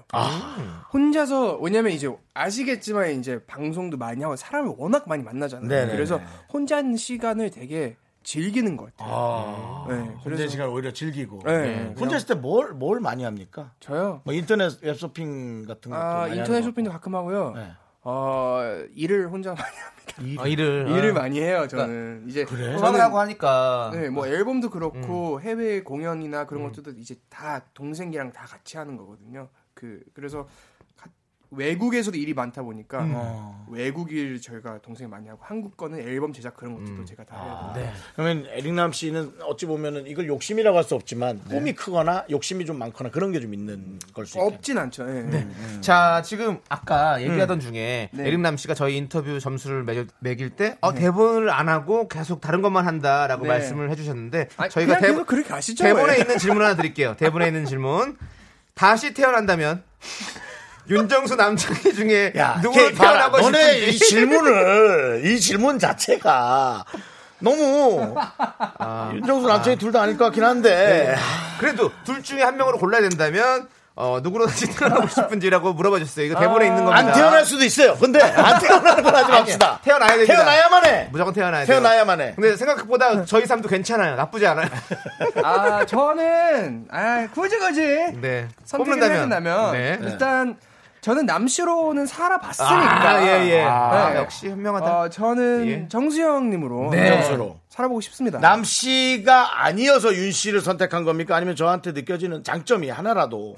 S5: 혼자서 왜냐면 이제 아시겠지만 이제 방송도 많이 하고 사람을 워낙 많이 만나잖아요.
S1: 네네네.
S5: 그래서 혼자 있는 시간을 되게 즐기는 것 같아요.
S1: 아,
S5: 네,
S1: 혼자
S5: 그래서-
S1: 시간 오히려 즐기고. 예.
S5: 네,
S1: 혼자 있을 때 뭘 뭘 많이 합니까?
S5: 저요.
S1: 뭐 인터넷 웹쇼핑 같은 것도
S5: 아
S1: 많이
S5: 인터넷
S1: 하는 것
S5: 쇼핑도 가끔 하고요.
S1: 네.
S5: 어 일을 혼자 많이 합니다.
S2: 아, 일을
S5: 일을 많이 해요. 저는 이제
S1: 그러니까 그래?
S2: 음악을
S5: 저는-
S2: 하고 하니까
S5: 네, 뭐
S2: 음.
S5: 앨범도 그렇고 해외 공연이나 그런 것들도 이제 다 동생이랑 다 같이 하는 거거든요. 그 그래서 가- 외국에서도 일이 많다 보니까
S2: 음.
S5: 외국 일 저희가 동생이 많이 하고 한국 거는 앨범 제작 그런 것들도
S2: 음.
S5: 제가 다 해요. 네.
S1: 같아요. 그러면 에릭남 씨는 어찌 보면은 이걸 욕심이라고 할 수 없지만 꿈이 크거나 욕심이 좀 많거나 그런 게 좀 있는 걸 수 있겠네.
S5: 없진 않죠. 예.
S2: 자, 지금 아까 얘기하던 중에
S5: 네.
S2: 에릭남 씨가 저희 인터뷰 점수를 매겨- 매길 때 어, 대본을 안 하고 계속 다른 것만 한다라고
S5: 네.
S2: 말씀을 해주셨는데
S5: 아니,
S2: 저희가
S5: 그냥 계속 그렇게 가시죠, 예.
S2: 대본에
S5: 왜.
S2: 있는 질문 하나 드릴게요. 대본에 있는 질문 다시 태어난다면 윤정수 남창희 중에
S1: 야,
S2: 누구로
S1: 걔 봐라.
S2: 태어나고
S1: 너네 이
S2: 싶은지
S1: 질문을 이 질문 자체가 너무 아, 윤정수 남친이 둘 다 아닐 것 같긴
S2: 네.
S1: 한데
S2: 그래도 둘 중에 한 명으로 골라야 된다면 어, 누구로 다시 태어나고 싶은지라고 물어봐 주셨어요. 이거 대본에 있는 겁니다.
S1: 안 태어날 수도 있어요. 근데 안 태어나는 걸 하지 맙시다.
S2: 태어나야 됩니다.
S1: 태어나야만 해.
S2: 무조건 태어나야 돼요.
S1: 태어나야만 해.
S2: 네. 근데 생각보다
S5: 네.
S2: 저희 삶도 괜찮아요. 나쁘지 않아요.
S5: 아 저는 아 굳이 굳이
S2: 네.
S5: 선택을
S2: 뽑는다면.
S5: 해준다면
S2: 네.
S5: 일단 저는 남씨로는 살아봤으니까
S2: 아, 예, 예. 아,
S5: 네.
S2: 역시 현명하다.
S5: 어, 저는
S2: 예. 네.
S5: 정수영님으로
S1: 정수로.
S5: 살아보고 싶습니다.
S1: 네. 남 씨가 아니어서 윤 씨를 선택한 겁니까? 아니면 저한테 느껴지는 장점이 하나라도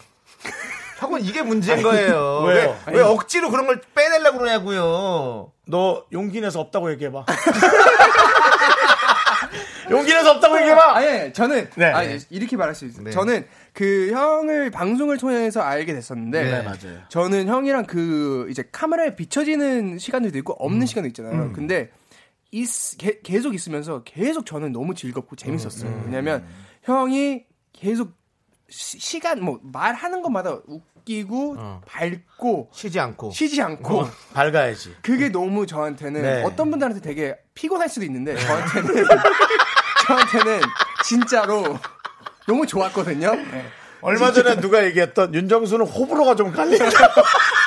S2: 형은 이게 문제인 거예요.
S1: 왜요?
S2: 왜, 왜 억지로 그런 걸 빼내려고 그러냐고요.
S1: 너 용기 내서 없다고 얘기해봐. 용기 내서 없다고 얘기해봐.
S5: 아예 저는
S1: 네.
S5: 아, 예, 이렇게 말할 수 있어요.
S2: 네.
S5: 저는 그 형을 방송을 통해서 알게 됐었는데
S2: 네,
S1: 맞아요.
S5: 저는 형이랑 그 이제 카메라에 비춰지는 시간들도 있고 없는 시간도 있잖아요. 근데 있, 게- 계속 있으면서 계속 저는 너무 즐겁고 재밌었어요. 왜냐면 형이 계속 시- 시간 뭐 말하는 것마다 웃기고
S2: 어.
S5: 밝고
S2: 쉬지 않고.
S5: 쉬지 않고
S1: 어. 밝아야지.
S5: 그게 너무 저한테는
S1: 네.
S5: 어떤 분들한테 되게 피곤할 수도 있는데 저한테는 저한테는 진짜로 너무 좋았거든요. 네.
S1: 얼마 전에 누가 얘기했던 윤정수는 호불호가 좀 갈리는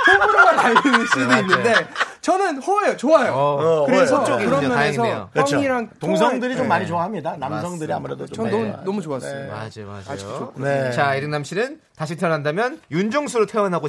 S5: 호불호가 갈리는 수도 있는데 저는 호예요, 좋아요.
S2: 어,
S5: 그래서
S1: 호예요.
S2: 그쪽이군요.
S5: 그런 면에서
S2: 다행이네요.
S1: 그렇죠.
S5: 형이랑
S1: 동성들이
S5: 통화할 네.
S1: 좀
S5: 때
S1: 많이 좋아합니다. 남성들이
S2: 맞습니다.
S1: 아무래도 좀. 네.
S5: 전
S1: 많이 좋아해요.
S5: 너무 너무 좋았어요.
S2: 네. 맞아요, 맞아요.
S5: 아쉽죠.
S1: 네.
S2: 자, 이릉남 씨는 다시 태어난다면 윤종수로 태어나고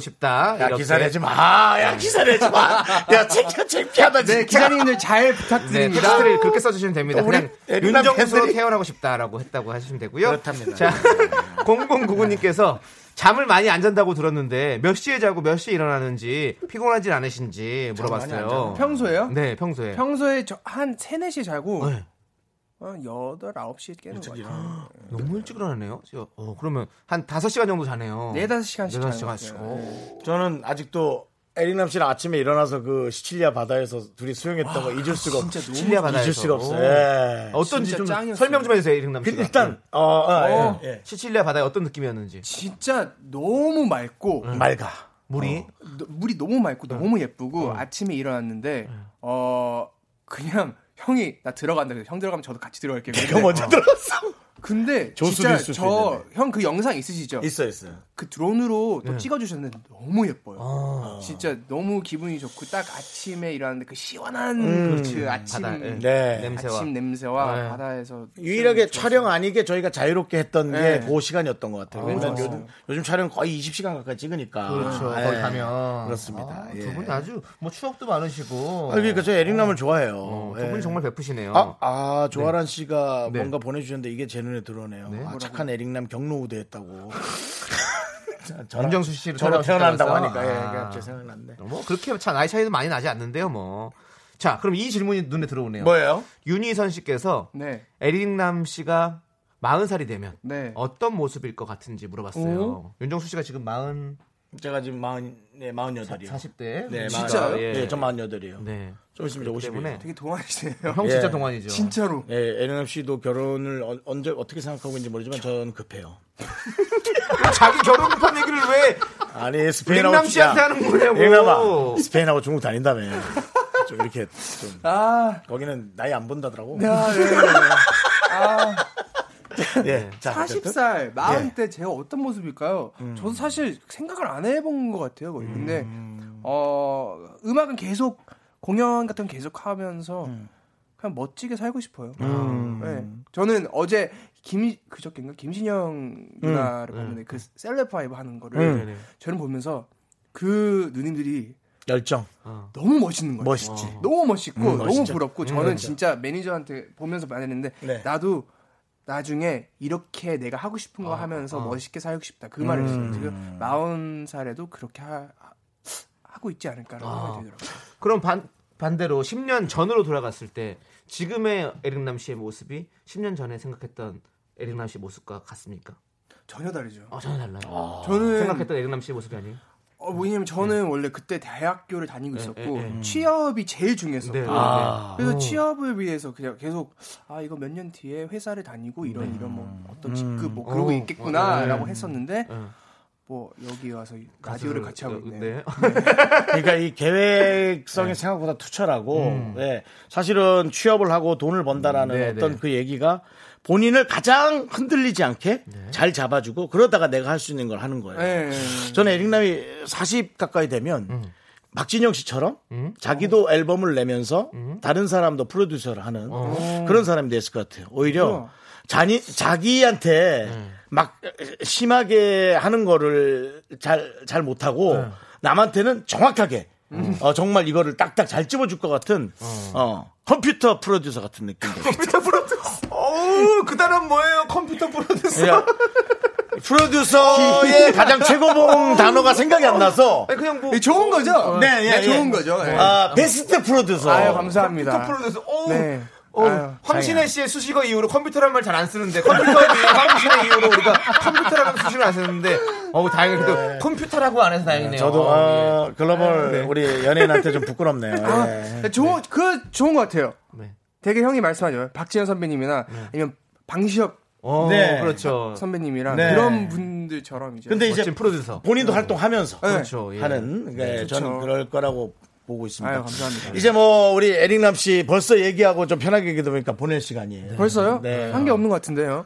S1: 야
S2: 싶다. 이렇게.
S1: 기사 내지 마. 야 기사 내지 마. 야 창피하 창피하다 진짜.
S5: 네, 기자님들 잘
S2: 네,
S5: 부탁드립니다.
S2: 텍스트를 그렇게 써주시면 됩니다.
S1: 또 우리
S2: 그냥
S1: 애륜남
S2: 윤정수로
S1: 팬들이-
S2: 태어나고 싶다라고 했다고 하시면 되고요.
S1: 그렇답니다.
S2: 자, 0099님께서 잠을 많이 안 잔다고 들었는데 몇 시에 자고 몇 시에 일어나는지 피곤하진 않으신지
S1: 많이 안 자나요?
S2: 물어봤어요.
S5: 평소에요?
S2: 네, 평소에.
S5: 평소에 저 한 세네 시에 자고 한 여덟 아홉 시에 깨는 것 같아요.
S2: 너무 일찍 일어나네요. 저- 어, 그러면 한 5시간 정도 자네요.
S5: 네, 다섯 시간씩
S2: 네, 다섯
S5: 자는
S2: 시간씩.
S5: 것
S2: 어.
S1: 저는 아직도 에릭남 씨랑 아침에 일어나서 그 시칠리아 바다에서 둘이 수영했던 거 잊을 수가 없.
S5: 진짜
S2: 시리아 바다에서.
S1: 잊을 수가 없어요.
S2: 오.
S1: 예.
S2: 어떤지 좀
S5: 짱이었어요.
S2: 설명 좀 해주세요, 이릉남
S1: 그,
S2: 씨.
S1: 일단 어, 어,
S5: 어.
S1: 예, 예.
S2: 시칠리아 바다에 어떤 느낌이었는지.
S5: 진짜 너무 맑고
S1: 맑아.
S2: 물이
S5: 너- 물이 너무 맑고 너무 예쁘고 아침에 일어났는데 어 그냥 형이 나 들어간다 그래서 형 들어가면 저도 같이 들어갈게요.
S1: 이거 먼저 들었어.
S5: 근데
S1: 조수도
S5: 진짜
S1: 있을 수
S5: 저 형 그 영상 있으시죠?
S1: 있어 있어.
S5: 그 드론으로 또 찍어주셨는데 너무 예뻐요. 진짜 너무 기분이 좋고 딱 아침에 일어났는데 그 시원한 그 아침
S2: 바다, 예.
S1: 네.
S2: 냄새와.
S5: 아침 냄새와
S2: 네.
S5: 바다에서
S1: 유일하게
S2: 그렇죠.
S5: 촬
S1: 촬영 아니게 저희가 자유롭게 했던
S5: 네.
S1: 게 그 시간이었던 것 같아요. 왜냐면 요즘, 요즘 촬영 거의 20시간 가까이 찍으니까.
S2: 그렇죠.
S1: 예.
S2: 거기 가면
S1: 그렇습니다. 예.
S2: 두분 아주 뭐 추억도 많으시고.
S1: 아, 그러니까 저 에릭남을 좋아해요.
S2: 어,
S1: 예.
S2: 두 분이 정말 베푸시네요.
S1: 아, 아, 조아란 씨가
S2: 네.
S1: 뭔가 보내주셨는데 이게 제 눈에 들어오네요. 아, 착한 에릭남 경로 우대했다고. 자, 저랑-
S2: 윤정수 씨로
S1: 저랑
S2: 태어나고
S1: 태어난다고
S2: 싶다고
S1: 하니까
S2: 해서?
S1: 예,
S2: 아.
S1: 그냥 제 생각났네.
S2: 뭐 그렇게 차 나이 차이도 많이 나지 않는데요, 뭐. 자, 그럼 이 질문이 눈에 들어오네요.
S1: 뭐예요?
S2: 윤희선 씨께서
S5: 네.
S2: 에릭남 씨가 40살이 되면
S5: 네.
S2: 어떤 모습일 것 같은지 물어봤어요. 윤정수 씨가 지금 40,
S1: 제가 지금 마흔, 네, 마흔 여덟이요.
S2: 40대.
S1: 네,
S5: 진짜요?
S1: 마흔-
S2: 예.
S1: 네, 저 마흔 여덟이요.
S2: 네.
S1: 좀 있으면 이제 50이에요.
S2: 때문에
S5: 되게 동안이세요.
S2: 형 진짜
S1: 예.
S2: 동안이죠.
S5: 진짜로.
S1: 예, 에릭남 씨도 결혼을 언- 언제 어떻게 생각하고 있는지 모르지만 저는 급해요.
S2: 자기 결혼 급한 얘기를 왜
S1: 아니 스페인하고
S2: 링남 씨한테
S1: 야,
S2: 하는 거냐고.
S1: 링남아, 스페인하고 중국 다닌다며. 좀 이렇게 좀
S5: 아,
S1: 거기는 나이 안 본다더라고.
S5: 아, 네, 네, 네. 아,
S1: 예,
S2: 네.
S1: 자,
S5: 40살, 40대 제가 어떤 모습일까요? 저도 사실 생각을 안 해본 것 같아요. 거의. 근데, 어, 음악은 계속, 공연 같은 거 계속 하면서, 그냥 멋지게 살고 싶어요. 네. 저는 어제, 김, 그저께인가? 김신영 누나를 봤는데, 그 셀레파이브 하는 거를, 저는 보면서, 그 누님들이
S1: 열정.
S5: 너무 멋있는 거예요. 어.
S1: 멋있지.
S5: 너무 멋있고 너무
S1: 멋있죠.
S5: 부럽고 저는 진짜 매니저한테 보면서 말했는데
S1: 네.
S5: 나도 나중에 이렇게 내가 하고 싶은 거 하면서 멋있게 살고 싶다 그 말을 했어요. 지금 마흔 살에도 그렇게 하, 고 있지 않을까라고 생각이 들더라고요.
S2: 그럼 반, 반대로 10년 전으로 돌아갔을 때 지금의 에릭남 씨의 모습이 10년 전에 생각했던 에릭남 씨 모습과 같습니까?
S5: 전혀 다르죠.
S2: 아 전혀 달라요.
S5: 저는
S2: 생각했던 에릭남 씨의 모습이 아니에요.
S5: 어, 왜냐면 저는 원래 그때 대학교를 다니고 있었고
S2: 네, 네.
S5: 취업이 제일 중요했었고
S2: 네.
S1: 아.
S5: 그래서 취업을 위해서 그냥 계속 아 이거 몇 년 뒤에 회사를 다니고 이런 이런 뭐 어떤 직급 뭐 그러고
S2: 어,
S5: 있겠구나라고
S2: 어, 네.
S5: 했었는데
S2: 네.
S5: 뭐 여기 와서 라디오를 같이 하고 있네. 요
S2: 네.
S1: 그러니까 이 계획성이 생각보다 투철하고, 예, 사실은 취업을 하고 돈을 번다라는
S2: 음. 네,
S1: 어떤
S2: 네.
S1: 그 얘기가 본인을 가장 흔들리지 않게
S2: 네.
S1: 잘 잡아주고 그러다가 내가 할 수 있는 걸 하는 거예요. 저는 에릭남이 40 가까이 되면 박진영 씨처럼 자기도 앨범을 내면서 다른 사람도 프로듀서를 하는 그런 사람이 됐을 것 같아요. 오히려 자니, 자기한테 막 심하게 하는 거를 잘, 잘 못하고 남한테는 정확하게 어, 정말 이거를 딱딱 잘 집어줄 것 같은 어, 컴퓨터 프로듀서 같은 느낌이에요.
S2: 컴퓨터 프로듀서. 어우 그 단어 뭐예요? 컴퓨터 프로듀서.
S1: 그냥 그러니까 프로듀서의 가장 최고봉 단어가 생각이 안 나서
S2: 아니 그냥 뭐
S5: 예, 좋은 거죠?
S1: 네, 예, 예.
S5: 좋은 거죠. 예.
S1: 아, 베스트 프로듀서.
S5: 아유
S2: 컴퓨터
S5: 감사합니다.
S2: 프로듀서. 어우.
S5: 네.
S2: 어,
S5: 아유,
S2: 황신혜 씨의 수식어 이후로 컴퓨터란 말 잘 안 쓰는데 컴퓨터의 황신혜 이후로 우리가 컴퓨터라는 수식을 안 쓰는데 어우 다행히 그래도
S5: 네.
S2: 컴퓨터라고 안 해서 다행이네요.
S1: 저도
S5: 아.
S2: 어,
S5: 예.
S1: 어, 글로벌 우리 연예인한테 좀 부끄럽네요. 예.
S5: 네, 좋은 그 좋은 것 같아요.
S2: 네.
S5: 되게 형이 말씀하죠. 박진영 선배님이나 아니면 방시혁
S2: 어,
S1: 네.
S2: 그렇죠.
S5: 선배님이랑
S1: 네.
S5: 그런 분들처럼 이제
S1: 근데 이제
S2: 멋진 프로듀서.
S1: 본인도 활동하면서
S5: 네.
S2: 그렇죠. 예.
S1: 하는 네, 저는
S5: 그렇죠.
S1: 그럴 거라고 보고 있습니다.
S5: 아유, 감사합니다.
S1: 이제 뭐 우리 에릭남 씨 벌써 얘기하고 좀 편하게 얘기다 보니까 보낼 시간이에요.
S5: 벌써요?
S1: 네.
S5: 한 게 없는 것 같은데요.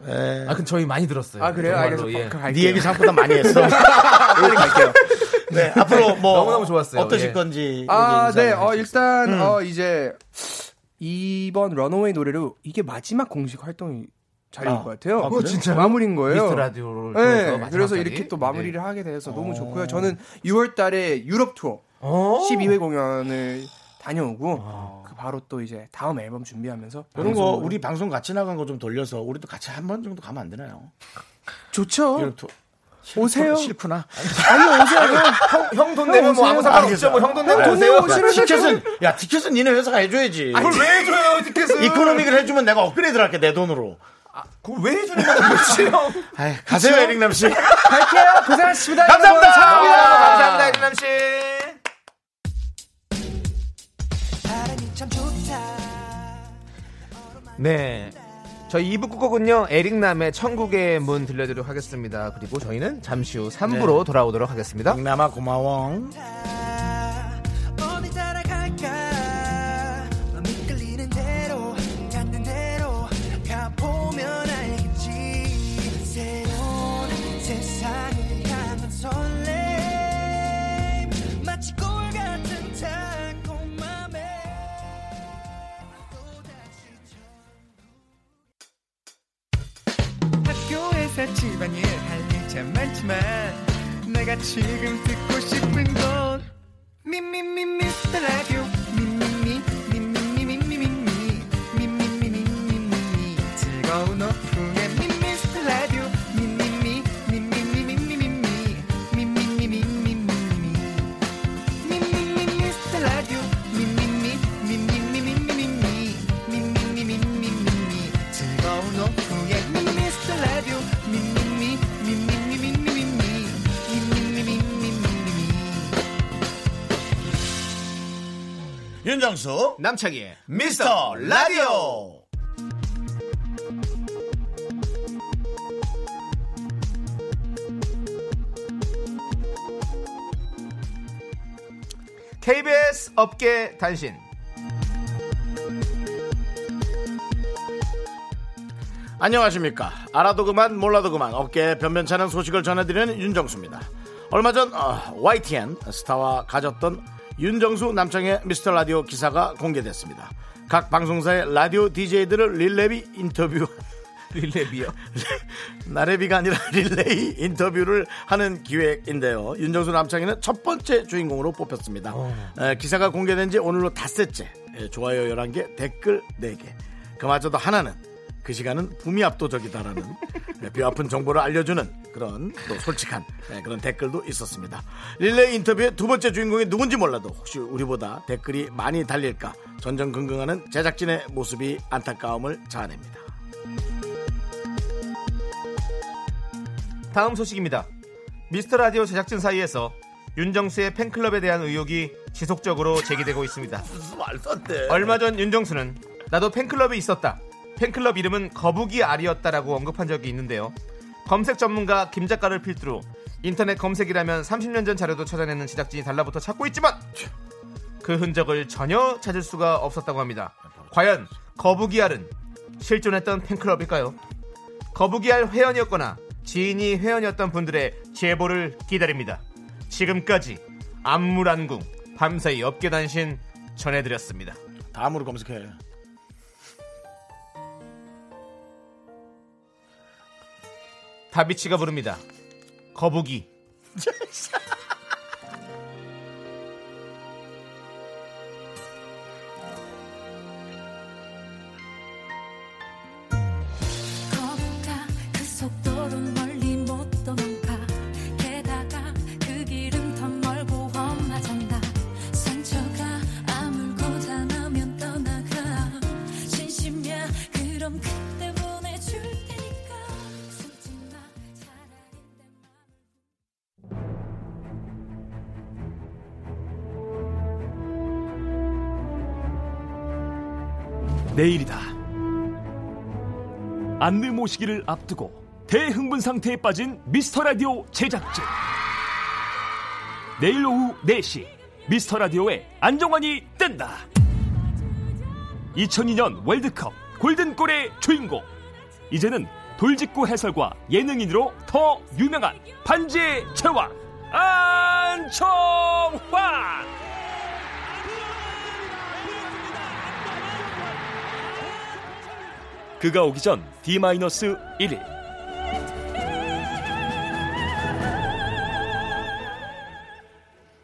S2: 아, 근 저희 많이 들었어요.
S5: 아 그래요?
S2: 정말로,
S5: 알겠어요.
S2: 예.
S5: 그 갈게요.
S1: 네 얘기 생각보다 많이 했어.
S5: 빨리 갈게요.
S1: 네, 앞으로 뭐
S2: 너무너무 좋았어요.
S1: 어떠실
S2: 예.
S1: 건지.
S5: 아,
S1: 여기
S5: 네.
S1: 인사를 해주세요.
S5: 어,
S1: 음.
S5: 일단 어 이제 이번 런어웨이 노래로 이게 마지막 공식 활동이 자리인
S1: 아.
S5: 것 같아요.
S1: 아, 그래요?
S2: 진짜요?
S5: 마무리인 거예요.
S2: 미스터 라디오를 통해서
S5: 네,
S2: 마지막
S5: 그래서
S2: 자리?
S5: 이렇게 또 마무리를 하게 돼서 너무 좋고요. 저는 6월달에 유럽 투어
S2: 어. 아.
S5: 12회 공연을 다녀오고 그 바로 또 이제 다음 앨범 준비하면서
S1: 이런 거
S5: 방송으로.
S1: 우리 방송 같이 나간 거 좀 돌려서 우리도 같이 한 번 정도 가면 안 되나요?
S5: 좋죠.
S1: 이런 투-
S5: 오세요.
S1: 싫구나.
S5: 아니 오세요.
S2: 형 돈 내면 뭐 아무
S5: 오세요.
S2: 상관없죠. 뭐 형 돈 내면
S5: 돈
S2: 오세요. 아,
S5: 내고 싫으면
S1: 아, 티켓은 야 티켓은 니네 회사가 해줘야지.
S2: 그걸 왜 해줘요, 티켓을?
S1: 이코노믹을 해주면 내가 업그레이드를 할게 내 돈으로.
S2: 그걸 왜 해주는 거지, 형?
S1: 아이, 가세요 에릭남 씨.
S5: 갈게요. 고생하셨습니다.
S1: 감사합니다.
S5: 여러분.
S2: 감사합니다, 이진남 씨.
S6: 바람이 참 좋다
S2: 네. 저희 2부 끝곡은요, 에릭남의 천국의 문 들려드리도록 하겠습니다. 그리고 저희는 잠시 후 3부로 돌아오도록 하겠습니다.
S1: 에릭남아 고마워.
S6: 어디 따라갈까 맘 이끌리는 대로 닿는 대로 가보면 알겠지 새로운 세상을 향한 설렘 마치 꿀 같은 달콤함에 학교에서 집안일 할 일 참 많지만 내가 지금 듣고 싶은 건 미미미 미스터 라디오 미미미 미미미 미미미 미미미 미미미 즐거운 오픈에 미미스터 라디오 미미미 미미미 미미미 미미미 미미미 미미미 미스터 라디오 미미미 미미미 미미미 미미미 미미미 즐거운 오후에 미스터 라디오 미미미 미미미 미미미 미미미 미미미
S1: 윤정수
S2: 남창희의
S1: 미스터 라디오.
S2: KBS 업계 단신.
S1: 안녕하십니까. 알아도 그만 몰라도 그만 업계에 변변찮은 소식을 전해드리는 윤정수입니다. 얼마 전 어, YTN 스타와 가졌던 윤정수 남창의 미스터 라디오 기사가 공개됐습니다. 각 방송사의 라디오 DJ들을 릴레이 인터뷰
S2: 릴레비요.
S1: 나래비가 아니라 릴레이 인터뷰를 하는 기획인데요. 윤정수 남창희는 첫 번째 주인공으로 뽑혔습니다. 에, 기사가 공개된 지 오늘로 닷새째 에, 좋아요 11개 댓글 4개 그마저도 하나는 그 시간은 붐이 압도적이다라는 에, 뼈아픈 정보를 알려주는 그런 또 솔직한 에, 그런 댓글도 있었습니다. 릴레이 인터뷰의 두 번째 주인공이 누군지 몰라도 혹시 우리보다 댓글이 많이 달릴까 전전긍긍하는 제작진의 모습이 안타까움을 자아냅니다.
S2: 다음 소식입니다. 미스터 라디오 제작진 사이에서 윤정수의 팬클럽에 대한 의혹이 지속적으로 제기되고 있습니다.
S1: 무슨 말도 안 돼.
S2: 얼마 전 윤정수는 나도 팬클럽이 있었다. 팬클럽 이름은 거북이 알이었다라고 언급한 적이 있는데요. 검색 전문가 김 작가를 필두로 인터넷 검색이라면 30년 전 자료도 찾아내는 제작진이 달라붙어 찾고 있지만 그 흔적을 전혀 찾을 수가 없었다고 합니다. 과연 거북이 알은 실존했던 팬클럽일까요? 거북이 알 회원이었거나 지인이 회원이었던 분들의 제보를 기다립니다. 지금까지 안무란궁 밤사이 업계단신 전해드렸습니다.
S1: 다음으로 검색해.
S2: 다비치가 부릅니다. 거북이.
S4: 걸어가 그 속도로 멀리 못 도망가 게다가 그 길은 더 멀고 험하단다 상처가 아물고자 나면 떠나가 진심이야 그럼 그때 보내줄 테니까 숨지마 차라리 내 맘을
S8: 내일이다.
S9: 안내 모시기를 앞두고 대흥분 상태에 빠진 미스터 라디오 제작진. 내일 오후 4시 미스터 라디오의 안정환이 뜬다. 2002년 월드컵 골든골의 주인공. 이제는 돌직구 해설과 예능인으로 더 유명한 반지의 제왕 안청환. 그가 오기 전 D-1일.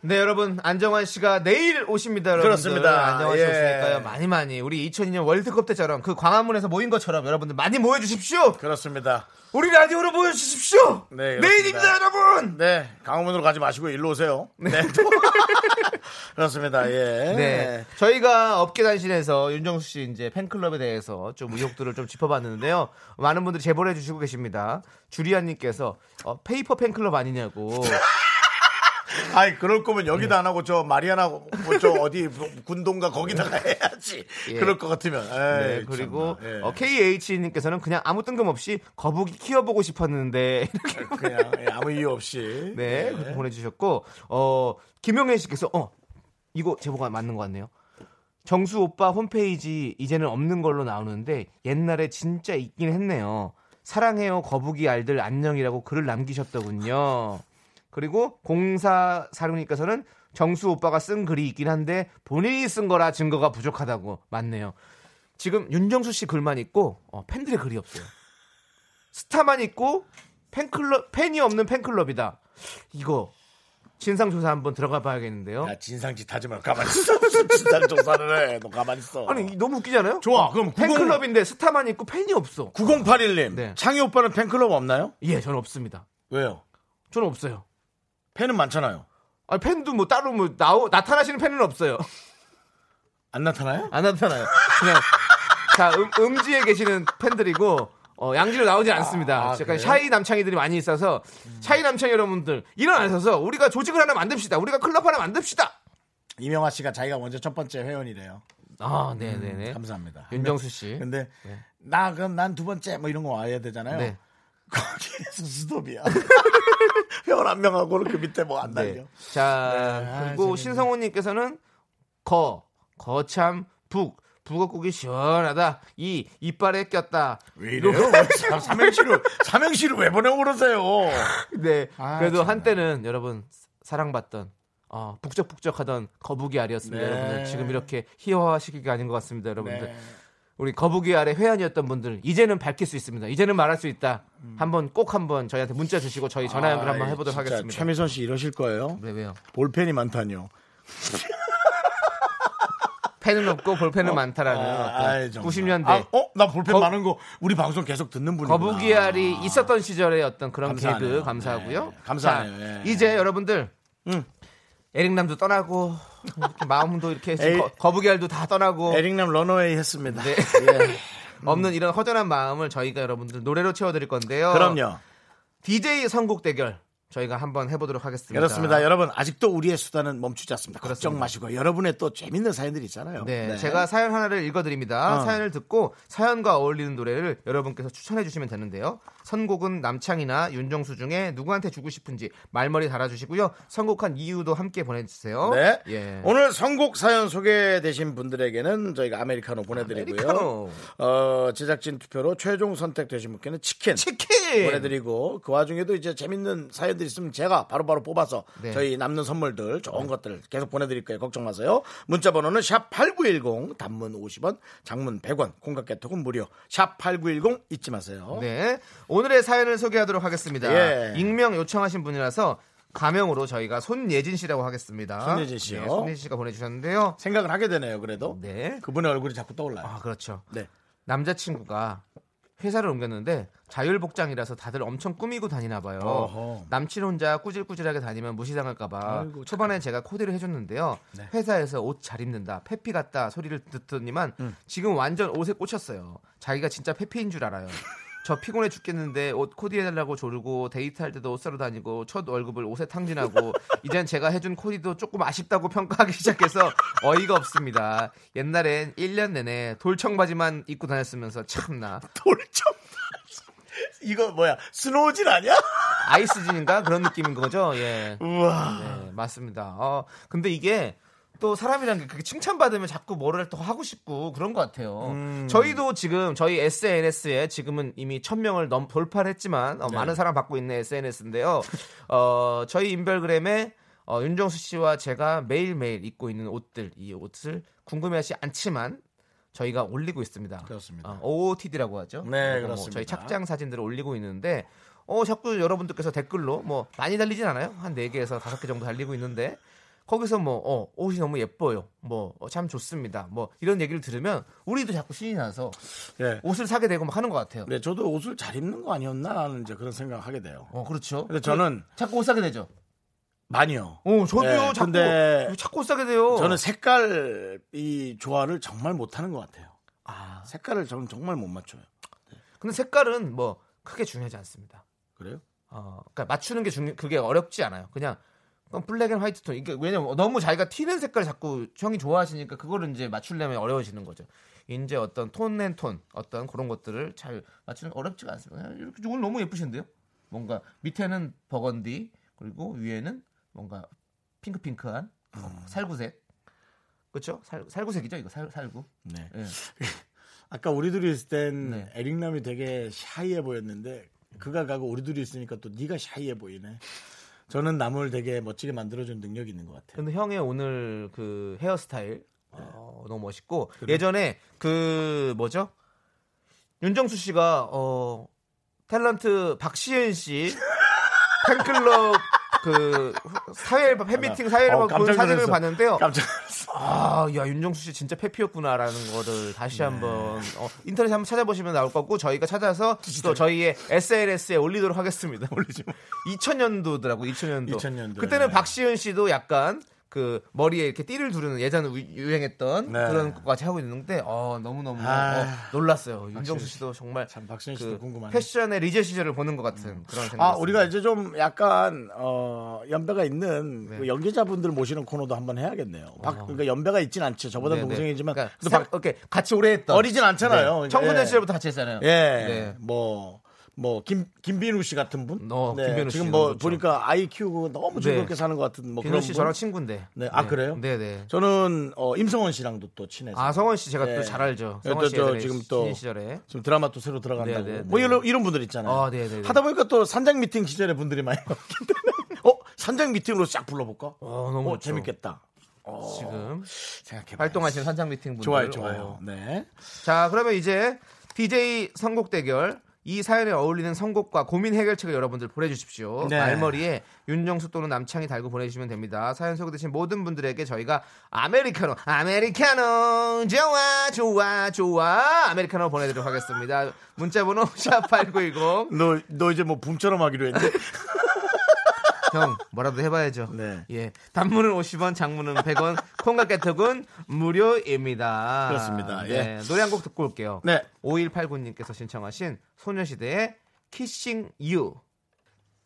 S2: 네, 여러분 안정환 씨가 내일 오십니다, 여러분.
S1: 그렇습니다.
S2: 안정환 씨
S1: 예.
S2: 오시니까요. 많이 많이 우리 2002년 월드컵 때처럼 그 광화문에서 모인 것처럼 여러분들 많이 모여 주십시오.
S1: 그렇습니다.
S2: 우리 라디오로 모여 주십시오.
S1: 네, 그렇습니다.
S2: 내일입니다, 여러분.
S1: 네, 강원으로 가지 마시고 일로 오세요. 네. 또. 그렇습니다. 예.
S2: 네. 저희가 업계 단신에서 윤정수 씨 이제 팬클럽에 대해서 좀 의혹들을 좀 짚어봤는데요. 많은 분들이 제보를 해주시고 계십니다. 주리아님께서 어, 페이퍼 팬클럽 아니냐고.
S1: 아이 그럴 거면
S2: 네.
S1: 여기다 안 하고 저 마리아나 뭐저 어디 군동가 거기다가 해야지.
S2: 예.
S1: 그럴 것 같으면. 에이,
S2: 네, 그리고
S1: 참나. 예.
S2: KH님께서는 그냥 아무 뜬금없이 거북이 키워보고 싶었는데 이렇게
S1: 그냥 예, 아무 이유 없이.
S2: 네,
S1: 예.
S2: 그렇게 보내주셨고 어 김영애 씨께서 어 이거 제보가 맞는 것 같네요. 정수 오빠 홈페이지 이제는 없는 걸로 나오는데 옛날에 진짜 있긴 했네요. 사랑해요 거북이 알들 안녕이라고 글을 남기셨더군요. 그리고 공사 사령님께서는 정수 오빠가 쓴 글이 있긴 한데 본인이 쓴 거라 증거가 부족하다고 맞네요. 지금 윤정수 씨 글만 있고 어, 팬들의 글이 없어요. 스타만 있고 팬클럽 팬이 없는 팬클럽이다. 이거 진상 조사 한번 들어가 봐야겠는데요.
S1: 야 진상짓 하지 말고 가만 있어. 무슨 진상 조사를 해. 너 가만 있어.
S2: 아니 너무 웃기잖아요. 어,
S1: 좋아. 그럼
S2: 팬클럽인데 스타만 있고 팬이 없어.
S1: 9081님.
S2: 네.
S1: 창희 오빠는 팬클럽 없나요?
S2: 예, 저는 없습니다.
S1: 왜요?
S2: 저는 없어요.
S1: 팬은 많잖아요.
S2: 아, 팬도 뭐 따로 뭐 나오, 나타나시는 팬은 없어요.
S1: 안 나타나요?
S2: 안 나타나요. 그냥 자 음, 지에 계시는 팬들이고 어, 양지로 나오지 않습니다.
S1: 아,
S2: 약간
S1: 그래요?
S2: 샤이 남창이들이 많이 있어서 샤이 남창 여러분들 일어나셔서 우리가 조직을 하나 만듭시다. 우리가 클럽 하나 만듭시다.
S1: 이명아 씨가 자기가 먼저 첫 번째 회원이래요.
S2: 아, 네, 네, 네.
S1: 음, 감사합니다.
S2: 윤정수 씨.
S1: 근데 나 그럼 난 두 번째 뭐 이런 거 와야 되잖아요.
S2: 네.
S1: 거기에서 스톱이야. 회원 한 명하고 이렇게 밑에 뭐 안
S2: 네.
S1: 달려.
S2: 자,
S1: 네, 아,
S2: 그리고
S1: 재밌네.
S2: 신성호님께서는 거, 거참, 북, 북어국이 시원하다. 이, 이빨에 꼈다.
S1: 왜 이래요? 왜 참 삼행시로 삼행시로 왜 보내고 그러세요?
S2: 네.
S1: 아,
S2: 그래도
S1: 정말.
S2: 한때는 여러분 사랑받던, 어, 북적북적하던 거북이 알이었습니다.
S1: 네.
S2: 여러분들 지금 이렇게 희화화시키기 아닌 것 같습니다. 여러분들.
S1: 네.
S2: 우리 거북이 알의 회원이었던 분들 이제는 밝힐 수 있습니다. 이제는 말할 수 있다. 한번 꼭 한번 저희한테 문자 주시고 저희 전화 연결 한번
S1: 음. 아이, 예.
S2: 해보도록
S1: 진짜
S2: 하겠습니다.
S1: 최미선 씨 이러실 거예요.
S2: 네, 왜요?
S1: 볼펜이 많다뇨.
S2: 팬은 없고 볼펜은 많다라는
S1: 어? 아이,
S2: 네, 어떤
S1: 정말.
S2: 90년대
S1: 아, 어? 나 볼펜
S2: 거-
S1: 많은 거 우리 방송 계속 듣는 분이
S2: 거북이알이 있었던 시절의 어떤 그런
S1: 감사하네요.
S2: 개그 감사하고요.
S1: 네, 감사하네요.
S2: 자,
S1: 예.
S2: 이제 여러분들 음, 에릭남도 떠나고 이렇게 마음도 이렇게
S1: 에이.
S2: 거, 북이알도다 떠나고
S1: 에릭남 음. 러너웨이 했습니다. 예.
S2: 네. 없는 이런 허전한 마음을 저희가 여러분들 노래로 채워드릴 건데요.
S1: 그럼요.
S2: DJ 선곡 대결 저희가 한번 해보도록 하겠습니다.
S1: 그렇습니다. 여러분 아직도 우리의 수단은 멈추지 않습니다. 걱정
S2: 그렇습니다.
S1: 마시고 여러분의 또 재밌는 사연들이 있잖아요.
S2: 네, 제가 사연 하나를 읽어드립니다.
S1: 어.
S2: 사연을 듣고 사연과 어울리는 노래를 여러분께서 추천해 주시면 되는데요. 선곡은 남창이나 윤정수 중에 누구한테 주고 싶은지 말머리 달아주시고요. 선곡한 이유도 함께 보내주세요.
S1: 네.
S2: 예.
S1: 오늘 선곡 사연 소개되신 분들에게는 저희가 아메리카노 보내드리고요.
S2: 아메리카노.
S1: 어, 제작진 투표로 최종 선택되신 분께는 치킨.
S2: 치킨
S1: 보내드리고 그 와중에도 이제 재밌는 사연들 있으면 제가 바로바로 뽑아서
S2: 네.
S1: 저희 남는 선물들 좋은 것들 계속 보내드릴 거예요 걱정 마세요 문자 번호는 샵8910 단문 50원 장문 100원 콩깍개톡은 무료 샵8910 잊지 마세요
S2: 네. 오늘의 사연을 소개하도록 하겠습니다.
S1: 예.
S2: 익명 요청하신 분이라서 가명으로 저희가 손예진 씨라고 하겠습니다.
S1: 손예진 씨요?
S2: 네, 손예진 씨가 보내주셨는데요.
S1: 생각을 하게 되네요 그래도
S2: 네.
S1: 그분의 얼굴이 자꾸 떠올라요
S2: 아, 그렇죠.
S1: 네.
S2: 남자친구가 회사를 옮겼는데 자율복장이라서 다들 엄청 꾸미고 다니나 봐요.
S1: 어허.
S2: 남친 혼자 꾸질꾸질하게 다니면 무시당할까봐 초반에 제가 코디를 해줬는데요.
S1: 네.
S2: 회사에서 옷 잘 입는다, 페피 같다 소리를 듣더니만
S1: 음.
S2: 지금 완전 옷에 꽂혔어요. 자기가 진짜 페피인 줄 알아요. 저 피곤해 죽겠는데 옷 코디해달라고 조르고 데이트할 때도 옷 사러 다니고 첫 월급을 옷에 탕진하고 이젠 제가 해준 코디도 조금 아쉽다고 평가하기 시작해서 어이가 없습니다. 옛날엔 1년 내내 돌청 바지만 입고 다녔으면서 참나
S1: 돌청 이거 뭐야 스노우진 아니야?
S2: 아이스진인가 그런 느낌인 거죠. 예.
S1: 우와.
S2: 네, 맞습니다. 어, 근데 이게 또 사람이란 게 그렇게 칭찬받으면 자꾸 뭐를 더 하고 싶고 그런 것 같아요.
S1: 음.
S2: 저희도 지금 저희 SNS에 지금은 이미 천 명을 넘 돌파를 했지만
S1: 네.
S2: 어, 많은 사랑 받고 있는 SNS인데요. 어, 저희 인별그램에 어, 윤정수 씨와 제가 매일매일 입고 있는 옷들 이 옷을 궁금해하지 않지만 저희가 올리고 있습니다.
S1: 그렇습니다.
S2: 어, OOTD라고 하죠.
S1: 네,
S2: 그리고 뭐 저희
S1: 그렇습니다.
S2: 착장 사진들을 올리고 있는데 어 자꾸 여러분들께서 댓글로 뭐 많이 달리진 않아요. 한 4개에서 5개 정도 달리고 있는데 거기서 뭐 어, 옷이 너무 예뻐요. 뭐 참 좋습니다. 뭐 이런 얘기를 들으면 우리도 자꾸 신이 나서
S1: 예.
S2: 옷을 사게 되고 막 하는 것 같아요.
S1: 네, 저도 옷을 잘 입는 거 아니었나 하는 이제 그런 생각을 하게 돼요.
S2: 어 그렇죠.
S1: 근데 저는
S2: 자꾸 옷 사게 되죠.
S1: 많이요.
S2: 어 저도요.
S1: 네,
S2: 자꾸
S1: 근데
S2: 왜 자꾸 옷 사게 돼요.
S1: 저는 색깔 이 조화를 정말 못하는 것 같아요.
S2: 아
S1: 색깔을 저는 정말 못 맞춰요.
S2: 근데 색깔은 뭐 크게 중요하지 않습니다.
S1: 그래요?
S2: 어, 그러니까 맞추는 게 중요, 그게 어렵지 않아요. 그냥 그냥 블랙 앤 화이트 톤. 이게 왜냐면 너무 자기가 튀는 색깔 자꾸 형이 좋아하시니까 그거를 이제 맞추려면 어려워지는 거죠. 이제 어떤 톤 앤 톤, 어떤 그런 것들을 잘 맞추는 게 어렵지가 않습니다. 그냥 이렇게 오늘 너무 예쁘신데요? 뭔가 밑에는 버건디, 그리고 위에는 뭔가 핑크핑크한 어, 살구색. 음. 그렇죠? 살, 살구색이죠, 이거 살, 살구.
S1: 네.
S2: 예.
S1: 아까 우리 둘이 있을 땐
S2: 네.
S1: 에릭남이 되게 샤이해 보였는데 그가 가고 우리 둘이 있으니까 또 네가 샤이해 보이네. 저는 남을 되게 멋지게 만들어준 능력이 있는 것 같아요.
S2: 근데 형의 오늘 그 헤어스타일
S1: 네.
S2: 어, 너무 멋있고 예전에 그 뭐죠 윤정수 씨가 어 탤런트 박시은 씨 팬클럽 그 사회 팬미팅 사회를
S1: 어,
S2: 본 사진을
S1: 놀랐어.
S2: 봤는데요.
S1: 깜짝 놀랐어.
S2: 아, 야 윤정수 씨 진짜 페피였구나라는 거를 다시
S1: 네.
S2: 한번 어, 인터넷에 한번 찾아보시면 나올 거고 저희가 찾아서 또 저희의 SNS에 올리도록 하겠습니다. 올리죠. 2000년도더라고 2000년도.
S1: 2000년도,
S2: 그때는
S1: 네.
S2: 박시은 씨도 약간 그 머리에 이렇게 띠를 두르는 예전 에 유행했던
S1: 네.
S2: 그런 것까지 하고 있는데 어 너무 너무
S1: 아.
S2: 놀랐어요. 윤정수 씨도 정말
S1: 참, 박시은
S2: 그
S1: 씨도 궁금하네.
S2: 패션의 리제 시절을 보는 것 같은 그런 생각.
S1: 아, 우리가 이제 좀 약간 어, 연배가 있는
S2: 네.
S1: 그 연기자분들 모시는 코너도 한번 해야겠네요. 박, 그러니까 연배가 있진 않죠. 저보다 동생이지만
S2: 어. 그러니까
S1: 그래도
S2: 사-
S1: 박-
S2: 이렇게 같이 오래 했던 네.
S1: 어리진 않잖아요.
S2: 청소년
S1: 예.
S2: 시절부터 같이 했잖아요.
S1: 예,
S2: 네.
S1: 뭐. 뭐 김, 김빈우 씨 같은 분?
S2: 어, 김빈우
S1: 지금
S2: 씨는
S1: 뭐
S2: 그렇죠.
S1: 보니까 아이 키우고 너무 즐겁게
S2: 네.
S1: 사는 것 같은 뭐
S2: 비누
S1: 그런
S2: 씨
S1: 분?
S2: 저랑 친구인데.
S1: 네, 아, 그래요?
S2: 네네.
S1: 저는 어, 임성원 씨랑도 또 친해서
S2: 아 성원 씨 제가
S1: 네.
S2: 또 잘 알죠.
S1: 네,
S2: 성원
S1: 저-
S2: 씨
S1: 저
S2: 예전에
S1: 지금 또-
S2: 신인 시절에.
S1: 지금 드라마 또 새로 들어간다고
S2: 네, 네,
S1: 뭐
S2: 네.
S1: 이런 이런 분들 있잖아요.
S2: 아, 네, 네, 네.
S1: 하다 보니까 또 산장 미팅 시절의 분들이 많이 왔기 때문에 어 산장 미팅으로 쫙 불러볼까?
S2: 어, 너무
S1: 어,
S2: 좋죠.
S1: 재밌겠다.
S2: 지금
S1: 생각해.
S2: 활동하시는 산장 미팅 분들. 어.
S1: 좋아요, 좋아요. 네.
S2: 자 그러면 이제 DJ 선곡 대결. 이 사연에 어울리는 선곡과 고민 해결책을 여러분들 보내주십시오.
S1: 네.
S2: 말머리에 윤정수 또는 남창이 달고 보내주시면 됩니다. 사연 소개되신 모든 분들에게 저희가 아메리카노, 아메리카노, 좋아, 좋아, 좋아, 아메리카노 보내드리도록 하겠습니다. 문자번호 샵8910,
S1: 너, 너 이제 뭐 붐처럼 하기로 했는데.
S2: 형 뭐라도 해봐야죠.
S1: 네.
S2: 예. 단문은 50원, 장문은 100원, 콩과 깨톡은 무료입니다.
S1: 그렇습니다. 예.
S2: 네, 노래 한 곡 듣고 올게요.
S1: 네.
S2: 5189님께서 신청하신 소녀시대의 키싱 유.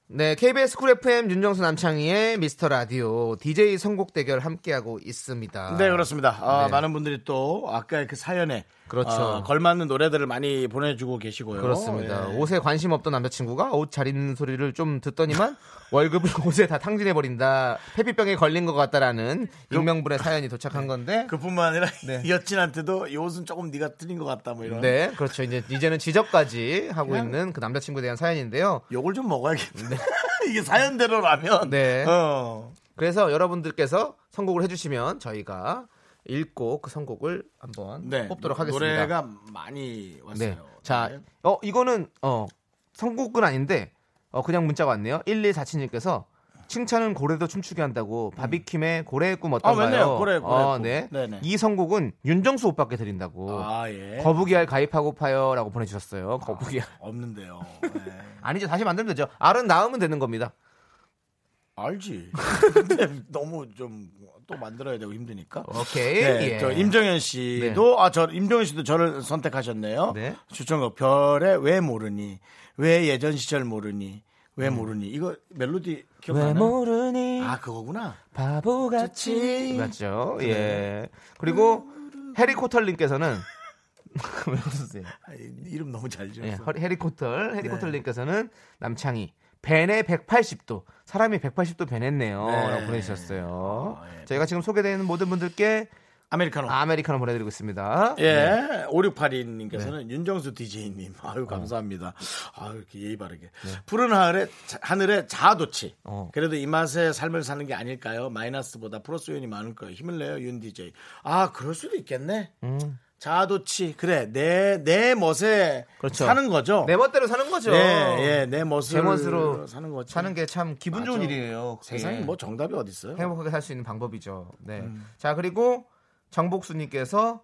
S2: 네, KBS 쿨 FM 윤정수 남창희의 미스터 라디오 DJ 선곡 대결 함께하고 있습니다.
S1: 네, 그렇습니다. 아,
S2: 네.
S1: 많은 분들이 또 아까 그 사연에
S2: 그렇죠.
S1: 어, 걸맞는 노래들을 많이 보내주고 계시고요.
S2: 그렇습니다.
S1: 예.
S2: 옷에 관심 없던 남자친구가 옷 잘 입는 소리를 좀 듣더니만 월급을 옷에 다 탕진해버린다. 페피병에 걸린 것 같다라는 익명분의 사연이 도착한 건데.
S1: 그뿐만 아니라
S2: 네.
S1: 여친한테도 이 옷은 조금 네가 틀린 것 같다 뭐 이런.
S2: 네, 그렇죠. 이제 이제는 지적까지 하고 있는 그 남자친구에 대한 사연인데요.
S1: 욕을 좀 먹어야겠네. 이게 사연대로라면.
S2: 네.
S1: 어.
S2: 그래서 여러분들께서 선곡을 해주시면 저희가 읽고 그 선곡을 한번 뽑도록 하겠습니다.
S1: 네, 노래가 많이 왔어요.
S2: 네. 자, 어 이거는 어 선곡은 아닌데 어 그냥 문자가 왔네요. 1147님께서 칭찬은 고래도 춤추게 한다고 바비킴의 고래의 꿈 어떤가요?
S1: 음. 아, 맞네요. 고래의 꿈, 고래의
S2: 어,
S1: 꿈.
S2: 네.
S1: 네네.
S2: 이 선곡은 윤정수 오빠께 드린다고.
S1: 아, 예.
S2: 거북이알 가입하고 파요라고 보내주셨어요. 거북이알.
S1: 없는데요. 네.
S2: 아니죠. 다시 만들면 되죠. 알은 낳으면 되는 겁니다.
S1: 알지. 근데 너무 좀 또 만들어야 되고 힘드니까.
S2: 오케이.
S1: 네,
S2: 예.
S1: 저 임정현 씨도 아 저 임정현 씨도 저를 선택하셨네요.
S2: 네.
S1: 추천곡 별에 왜 모르니 왜 예전 시절 모르니 왜 모르니 이거 멜로디
S2: 음. 왜
S1: 기억나요?
S2: 모르니
S1: 아 그거구나. 네.
S2: 바보같이 맞죠 예 그리고 해리 코털님께서는 왜 그러세요?
S1: 아, 이- 이름 너무 잘
S2: 예,
S1: 지었어.
S2: 허- 해리코털
S1: 네.
S2: 해리코털님께서는 남창희 벤의 180도 사람이 180도 변했네요
S1: 네. 아, 예.
S2: 라고 보내주셨어요 저희가 지금 소개되는 모든 분들께
S1: 아메리카노.
S2: 아메리카노 보내드리고 있습니다
S1: 예,
S2: 네.
S1: 5682님께서는 윤정수 DJ님,
S2: 어.
S1: 아유, 감사합니다. 아유, 이렇게 예의 바르게. 푸른 하늘에, 자- 하늘에 자아도치.
S2: 네. 어.
S1: 그래도 이 맛에 삶을 사는 게 아닐까요? 마이너스보다 플러스 요인이 많을 거예요. 힘을 내요, 윤 DJ. 아, 그럴 수도 있겠네.
S2: 음.
S1: 자아도치. 그래, 내, 내 멋에
S2: 그렇죠.
S1: 사는 거죠.
S2: 내 멋대로 사는 거죠
S1: 예, 예, 내
S2: 제
S1: 멋을
S2: 멋으로
S1: 사는 거죠.
S2: 사는 게 참 기분 좋은
S1: 맞아.
S2: 일이에요 그게.
S1: 세상에 뭐 정답이 어딨어요?
S2: 행복하게 살 수 있는 방법이죠 네.
S1: 음.
S2: 자 그리고 정복수님께서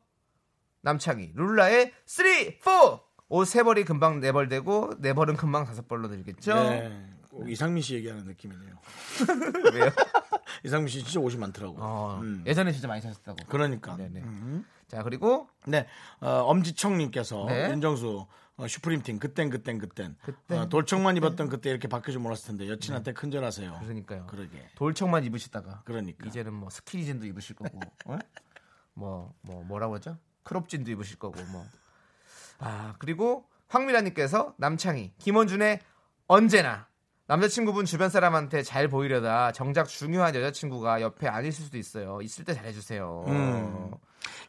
S2: 남창희 룰라의 3, 4옷 세 벌이 금방 네 벌 되고 네 벌은 금방 다섯 벌로 들겠죠
S1: 네. 꼭 이상민 씨 얘기하는 느낌이네요.
S2: 왜요?
S1: 이상민 씨 진짜 옷이 많더라고.
S2: 어,
S1: 음.
S2: 예전에 진짜 많이 사셨다고.
S1: 그러니까.
S2: 네네. 자 그리고
S1: 네, 어, 엄지청님께서
S2: 네.
S1: 윤정수 어, 슈프림팀 그땐 그땐 그땐
S2: 그땐, 네.
S1: 어, 돌청만 입었던 그때 이렇게 바뀌지 몰랐을 텐데 여친한테 큰절하세요.
S2: 그러니까요.
S1: 그러게.
S2: 돌청만 입으시다가
S1: 그러니까. 네?
S2: 이제는 뭐 스키니진도 입으실 거고, 뭐뭐 뭐, 라고 하죠? 크롭진도 입으실 거고 뭐. 아 그리고 황미라님께서 남창희 김원준의 언제나 남자친구분 주변 사람한테 잘 보이려다 정작 중요한 여자친구가 옆에 안 있을 수도 있어요. 있을 때 잘해주세요.
S1: 음.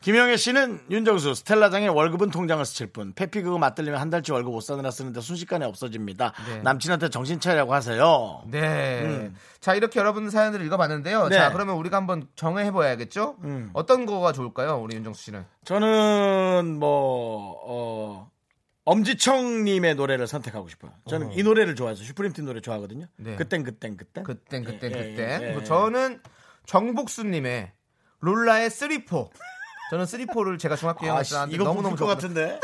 S1: 김영애 씨는 윤정수 스텔라장의 월급은 통장을 스칠 뿐 페피 그거 맞들리면 한 달치 월급 못 사느라 쓰는데 순식간에 없어집니다.
S2: 네.
S1: 남친한테 정신 차리라고 하세요.
S2: 네.
S1: 음.
S2: 자, 이렇게 여러분 사연들을 읽어봤는데요.
S1: 네. 음.
S2: 자, 그러면 우리가 한번 정해봐야겠죠? 어떤 거가 좋을까요? 우리 윤정수 씨는.
S1: 저는 뭐 어, 엄지청님의 노래를 선택하고 싶어요. 저는 이 노래를 좋아해서 슈프림팀 노래 좋아하거든요.
S2: 네.
S1: 그땐 그땐 그땐
S2: 그땐, 그땐,
S1: 예, 예,
S2: 그땐.
S1: 예, 예.
S2: 그리고 저는 정복수님의 롤라의 쓰리포. 저는 쓰리포를 제가 중학교
S1: 아,
S2: 때는데
S1: 이거
S2: 너무너무
S1: 너무너무 것
S2: 좋았거든요. 어,
S1: 같은데.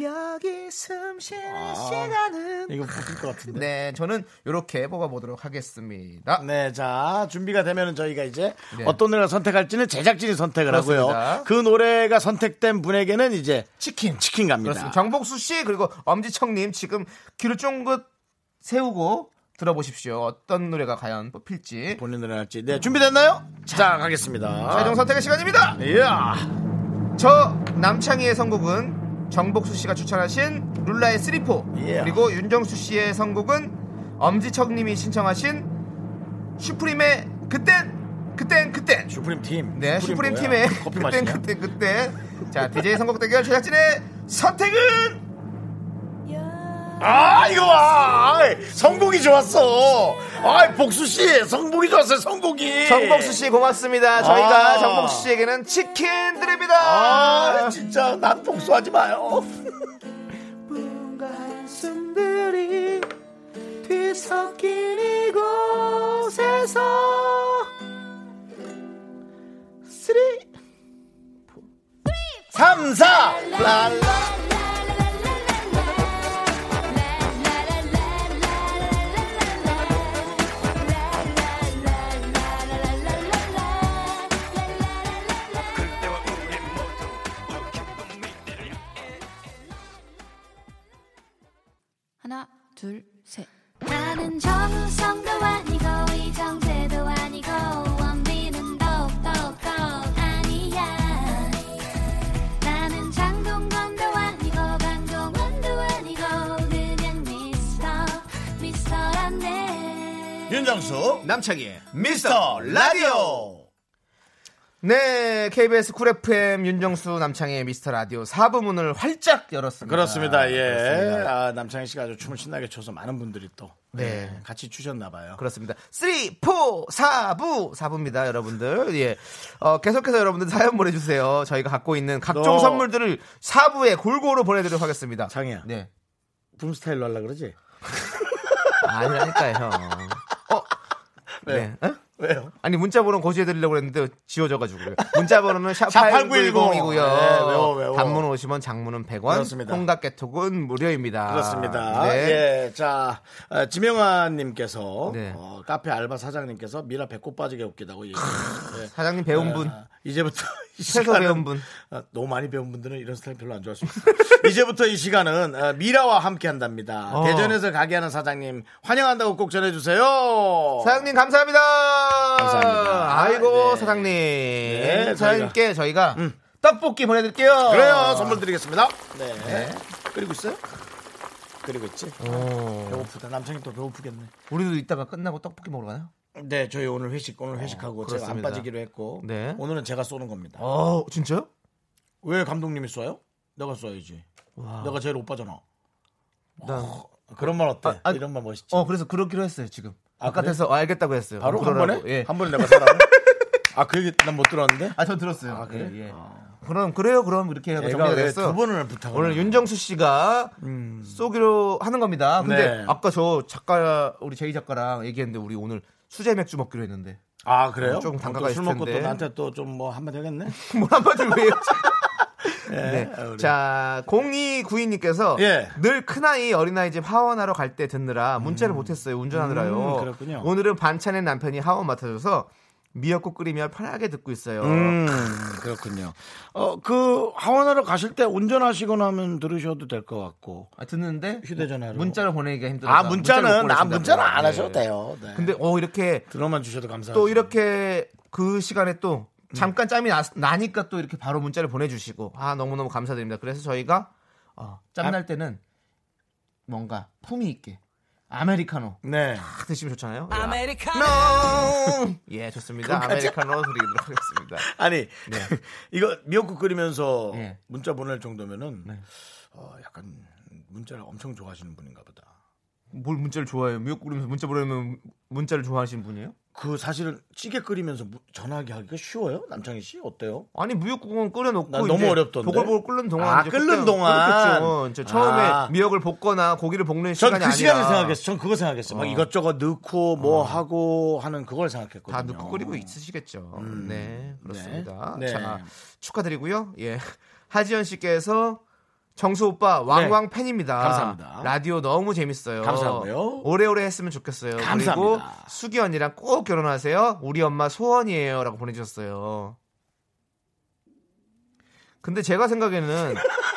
S2: 여기 숨 쉬는
S1: 아.
S2: 시간은.
S1: 이거 바뀔 것 같은데. 네.
S2: 네, 저는 이렇게 뽑아보도록 하겠습니다.
S1: 자, 준비가 되면은 저희가 이제
S2: 네.
S1: 어떤 노래를 선택할지는 제작진이 선택을
S2: 그렇습니다.
S1: 하고요. 그 노래가 선택된 분에게는 이제
S2: 치킨.
S1: 치킨 갑니다.
S2: 그렇습니다. 정복수 씨 그리고 엄지청님 지금 귀를 쫑긋 세우고 들어보십시오. 어떤 노래가 과연 뽑힐지.
S1: 본인 노래 할지. 네, 준비됐나요? 자, 가겠습니다.
S2: 최종 선택의 시간입니다.
S1: 이야.
S2: 저 남창희의 선곡은 정복수 씨가 추천하신 룰라의 쓰리포
S1: 예.
S2: 그리고 윤정수 씨의 선곡은 엄지척님이 신청하신 슈프림의 그땐 그땐 그땐
S1: 슈프림 팀.
S2: 네 슈프림 팀의
S1: 커피
S2: 그땐
S1: 마시냐?
S2: 그땐 그땐 자 DJ 선곡 대결 제작진의 선택은
S1: 아, 이거 와. 아이, 성공이 좋았어. 아, 복수 씨, 성공이 좋았어요. 성공이.
S2: 정복수 씨 고맙습니다. 저희가
S1: 아.
S2: 정복수 씨에게는 치킨 드립니다.
S1: 아, 진짜 난 복수하지 마요.
S2: 뭔가 한숨들이 뒤섞인 이곳에서 쓰리
S1: 3, 4. 랄라.
S7: 하나, 둘, 셋.
S4: 나는 정우성도 아니고 이정재도 아니고 원빈은 더욱더 아니야 나는 장동건도 아니고 강동원도 아니고 그냥 미스터 미스터란데
S1: 윤정수 남창희의 미스터 라디오
S2: 네, KBS 쿨 FM 윤정수 남창의 미스터 라디오 4부 문을 활짝 열었습니다.
S1: 그렇습니다 예
S2: 그렇습니다.
S1: 아, 남창희 씨가 아주 춤을 신나게 춰서 많은 분들이 또
S2: 네.
S1: 예, 같이 추셨나 봐요
S2: 그렇습니다. 3, 4, 4부, 4부입니다, 여러분들. 예. 어, 계속해서 여러분들 사연 보내주세요. 저희가 갖고 있는 각종
S1: 너-
S2: 선물들을 4부에 골고루 보내드리도록 하겠습니다.
S1: 창희야.
S2: 네.
S1: 붐스타일로 하려 그러지
S2: 아니라니까요, 형. 어? 네. 어?
S1: 왜요
S2: 아니, 문자번호 고지해드리려고 했는데 지워져가지고요. 문자번호는
S1: 샵8910
S2: 샵8910이고요.
S1: 네, 외워, 외워.
S2: 단문 50원, 장문은 100원.
S1: 그렇습니다.
S2: 콩깍개톡은 무료입니다.
S1: 그렇습니다.
S2: 아, 네.
S1: 예, 자 어, 지명아님께서
S2: 네.
S1: 어, 카페 알바 사장님께서 미라 배꼽 빠지게 웃기다고 얘기했어요. 예.
S2: 사장님 배운 분.
S1: 아, 이제부터 이
S2: 최소
S1: 시간은-
S2: 배운 분.
S1: 아, 너무 많이 배운 분들은 이런 스타일 별로 안 좋아할 수 있어요. 이제부터 이 시간은 아, 미라와 함께 한답니다.
S2: 어.
S1: 대전에서 가게 하는 사장님 환영한다고 꼭 전해주세요.
S2: 사장님 감사합니다.
S1: 어. 감사합니다.
S2: 아이고
S1: 네. 음.
S2: 사장님.
S1: 네,
S2: 사장님께 저희가,
S1: 떡볶이 보내드릴게요.
S8: 그래요. 선물 드리겠습니다.
S1: 네.
S8: 그리고 있어요?
S1: 그리고 있지.
S2: 어.
S1: 배고프다. 남성이 또 배고프겠네.
S2: 우리도 이따가 끝나고 떡볶이 먹으러 가요?
S1: 네, 저희 오늘 회식 오늘 회식하고 제가 안
S2: 어, 그렇습니다.
S1: 빠지기로 했고
S2: 네.
S1: 오늘은 제가 쏘는 겁니다.
S2: 어, 진짜요?
S1: 왜 감독님이 쏴요? 내가 쏴야지. 내가 제일 오빠잖아. 어,
S2: 난
S1: 그런 말 어때?
S2: 아, 아,
S1: 이런 말 멋있지.
S2: 어, 그래서 그렇기로 했어요, 지금.
S1: 아,
S2: 바깥에서 어, 알겠다고 했어요.
S1: 바로 한
S2: 그러라고.
S1: 번에
S2: 예.
S1: 한 번에 내가 사람. 아그 얘기 난 못 들었는데.
S2: 아, 전 들었어요.
S1: 아, 그래?
S2: 예, 예. 그럼 그래요. 그럼 이렇게 하고
S1: 애가
S2: 정리가
S1: 왜
S2: 됐어.
S1: 두 번을 부탁을.
S2: 오늘
S1: 하냐.
S2: 윤정수 씨가 쏘기로 하는 겁니다. 근데
S1: 네.
S2: 아까 저 작가 우리 제이 작가랑 얘기했는데 우리 오늘 수제 맥주 먹기로 했는데
S1: 아 그래요?
S2: 조금
S1: 어, 또
S2: 단가가
S1: 술
S2: 있을
S1: 먹고
S2: 텐데.
S1: 또 나한테 또 좀 뭐 한마디 하겠네.
S2: 뭘 한마디 왜요? 네.
S1: 아, 그래.
S2: 자, 0292님께서
S1: 예.
S2: 늘 큰아이 어린아이집 하원하러 갈 때 듣느라 문자를 못했어요. 운전하느라요.
S1: 음, 그렇군요.
S2: 오늘은 반찬의 남편이 하원 맡아줘서 미역국 끓이며 편하게 듣고 있어요.
S1: 음 그렇군요. 어그 하원하러 가실 때 운전하시거나 하면 들으셔도 될 것 같고.
S2: 아, 듣는데
S1: 휴대전화로.
S2: 문자를 보내기가 힘들어서
S1: 아 문자는
S2: 문자를 못
S1: 아
S2: 보내신다고요.
S1: 문자는 안
S2: 네.
S1: 하셔도 돼요. 네.
S2: 근데 어 이렇게
S1: 들어만 주셔도 감사하죠.
S2: 또 이렇게 그 시간에 또 잠깐 짬이 나, 니까또 이렇게 바로 문자를 보내주시고 아 너무너무 감사드립니다. 그래서 저희가 어, 짬날 때는 뭔가 품위 있게 아메리카노
S1: 네.
S2: 딱 드시면 좋잖아요.
S7: 아메리카노
S2: No! 예 좋습니다. 아메리카노 드리도록 하겠습니다.
S1: 아니 이거 미역국 끓이면서
S2: 예.
S1: 문자 보낼 정도면은 어, 약간 문자를 엄청 좋아하시는 분인가 보다.
S2: 뭘 문자를 좋아해요? 미역국 끓이면서 문자 보내면 문자를 좋아하시는 분이에요?
S1: 그 사실은 찌개 끓이면서 무- 전화기 하기가 쉬워요? 남창희 씨 어때요?
S2: 아니 무역국은 끓여놓고
S1: 난 너무
S2: 이제
S1: 어렵던데.
S2: 보글보글 끓는 동안
S1: 아,
S2: 이제
S1: 끓는
S2: 그때-
S1: 동안.
S2: 그렇겠죠. 어, 이제 처음에
S1: 아.
S2: 미역을 볶거나 고기를 볶는
S1: 전
S2: 시간이
S1: 그
S2: 아니라
S1: 시간을 생각했어. 전 그거 생각했어. 막 이것저것 넣고 뭐 하고 하는 그걸 생각했거든요. 음.
S2: 다 넣고 끓이고 있으시겠죠. 네, 그렇습니다.
S1: 네.
S2: 자, 축하드리고요. 예. 하지연 씨께서 정수 오빠 왕왕 팬입니다.
S1: 네. 감사합니다.
S2: 라디오 너무 재밌어요.
S1: 감사하고요.
S2: 오래오래 했으면 좋겠어요.
S1: 감사합니다.
S2: 그리고 수기 언니랑 꼭 결혼하세요. 우리 엄마 소원이에요라고 보내 주셨어요. 근데 제가 생각에는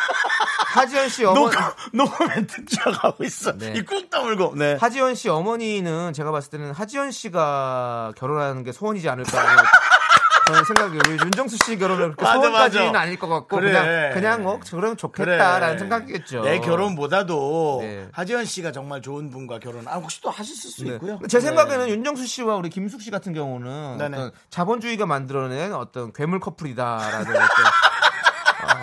S2: 하지연 씨 어머
S1: 녹음 녹음 멘트 지어가고 있어.
S2: 네.
S1: 이 꾹 다물고. 네.
S2: 하지연 씨 어머니는 제가 봤을 때는 하지연 씨가 결혼하는 게 소원이지 않을까. 저는 생각이 우리 윤정수 씨 결혼은 그렇게
S1: 맞아,
S2: 소원까지는
S1: 맞아.
S2: 아닐 것 같고
S1: 그래.
S2: 그냥 그냥 뭐 그럼 좋겠다라는 생각이겠죠.
S1: 내 결혼보다도
S2: 네.
S1: 하지연 씨가 정말 좋은 분과 결혼. 아 혹시 또 하실 수
S2: 네.
S1: 있고요.
S2: 제
S1: 네.
S2: 생각에는 윤정수 씨와 우리 김숙 씨 같은 경우는
S1: 네네.
S2: 어떤 자본주의가 만들어낸 어떤 괴물 커플이다라는 어떤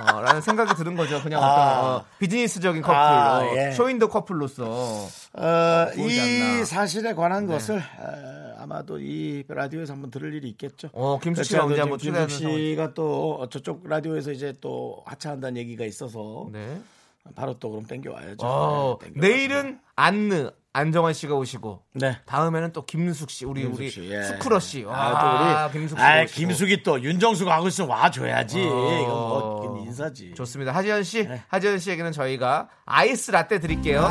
S2: 어, 라는 생각이 드는 거죠. 그냥
S1: 아.
S2: 어떤 어, 비즈니스적인 커플,
S1: 아,
S2: 어,
S1: 예.
S2: 쇼윈도 커플로서
S1: 어,
S2: 아, 뭐 좋지
S1: 이
S2: 않나. 네.
S1: 사실에 관한 것을 어, 아마도 이 라디오에서 한번 들을 일이 있겠죠.
S2: 어, 김숙 씨가
S1: 그래도
S2: 언제
S1: 지금
S2: 한번
S1: 김숙
S2: 출연하는
S1: 씨가 또 저쪽 라디오에서 이제 또 하차한다는 얘기가 있어서
S2: 네.
S1: 바로 또 그럼 네, 땡겨 와야죠.
S2: 어, 내일은 안느 안정환 씨가 오시고
S1: 네.
S2: 다음에는 또 김숙 씨 우리 우리
S1: 김숙 씨, 예.
S2: 스쿠러 씨.
S1: 아,
S2: 와,
S1: 또 우리
S2: 김숙 씨.
S1: 아,
S2: 오시고.
S1: 김숙이 또 윤정수가 하고 있으면 와 줘야지.
S2: 어.
S1: 이건 뭐 인사지.
S2: 좋습니다. 하지연 씨,
S1: 네.
S2: 하지연 씨에게는 저희가 아이스 라떼 드릴게요.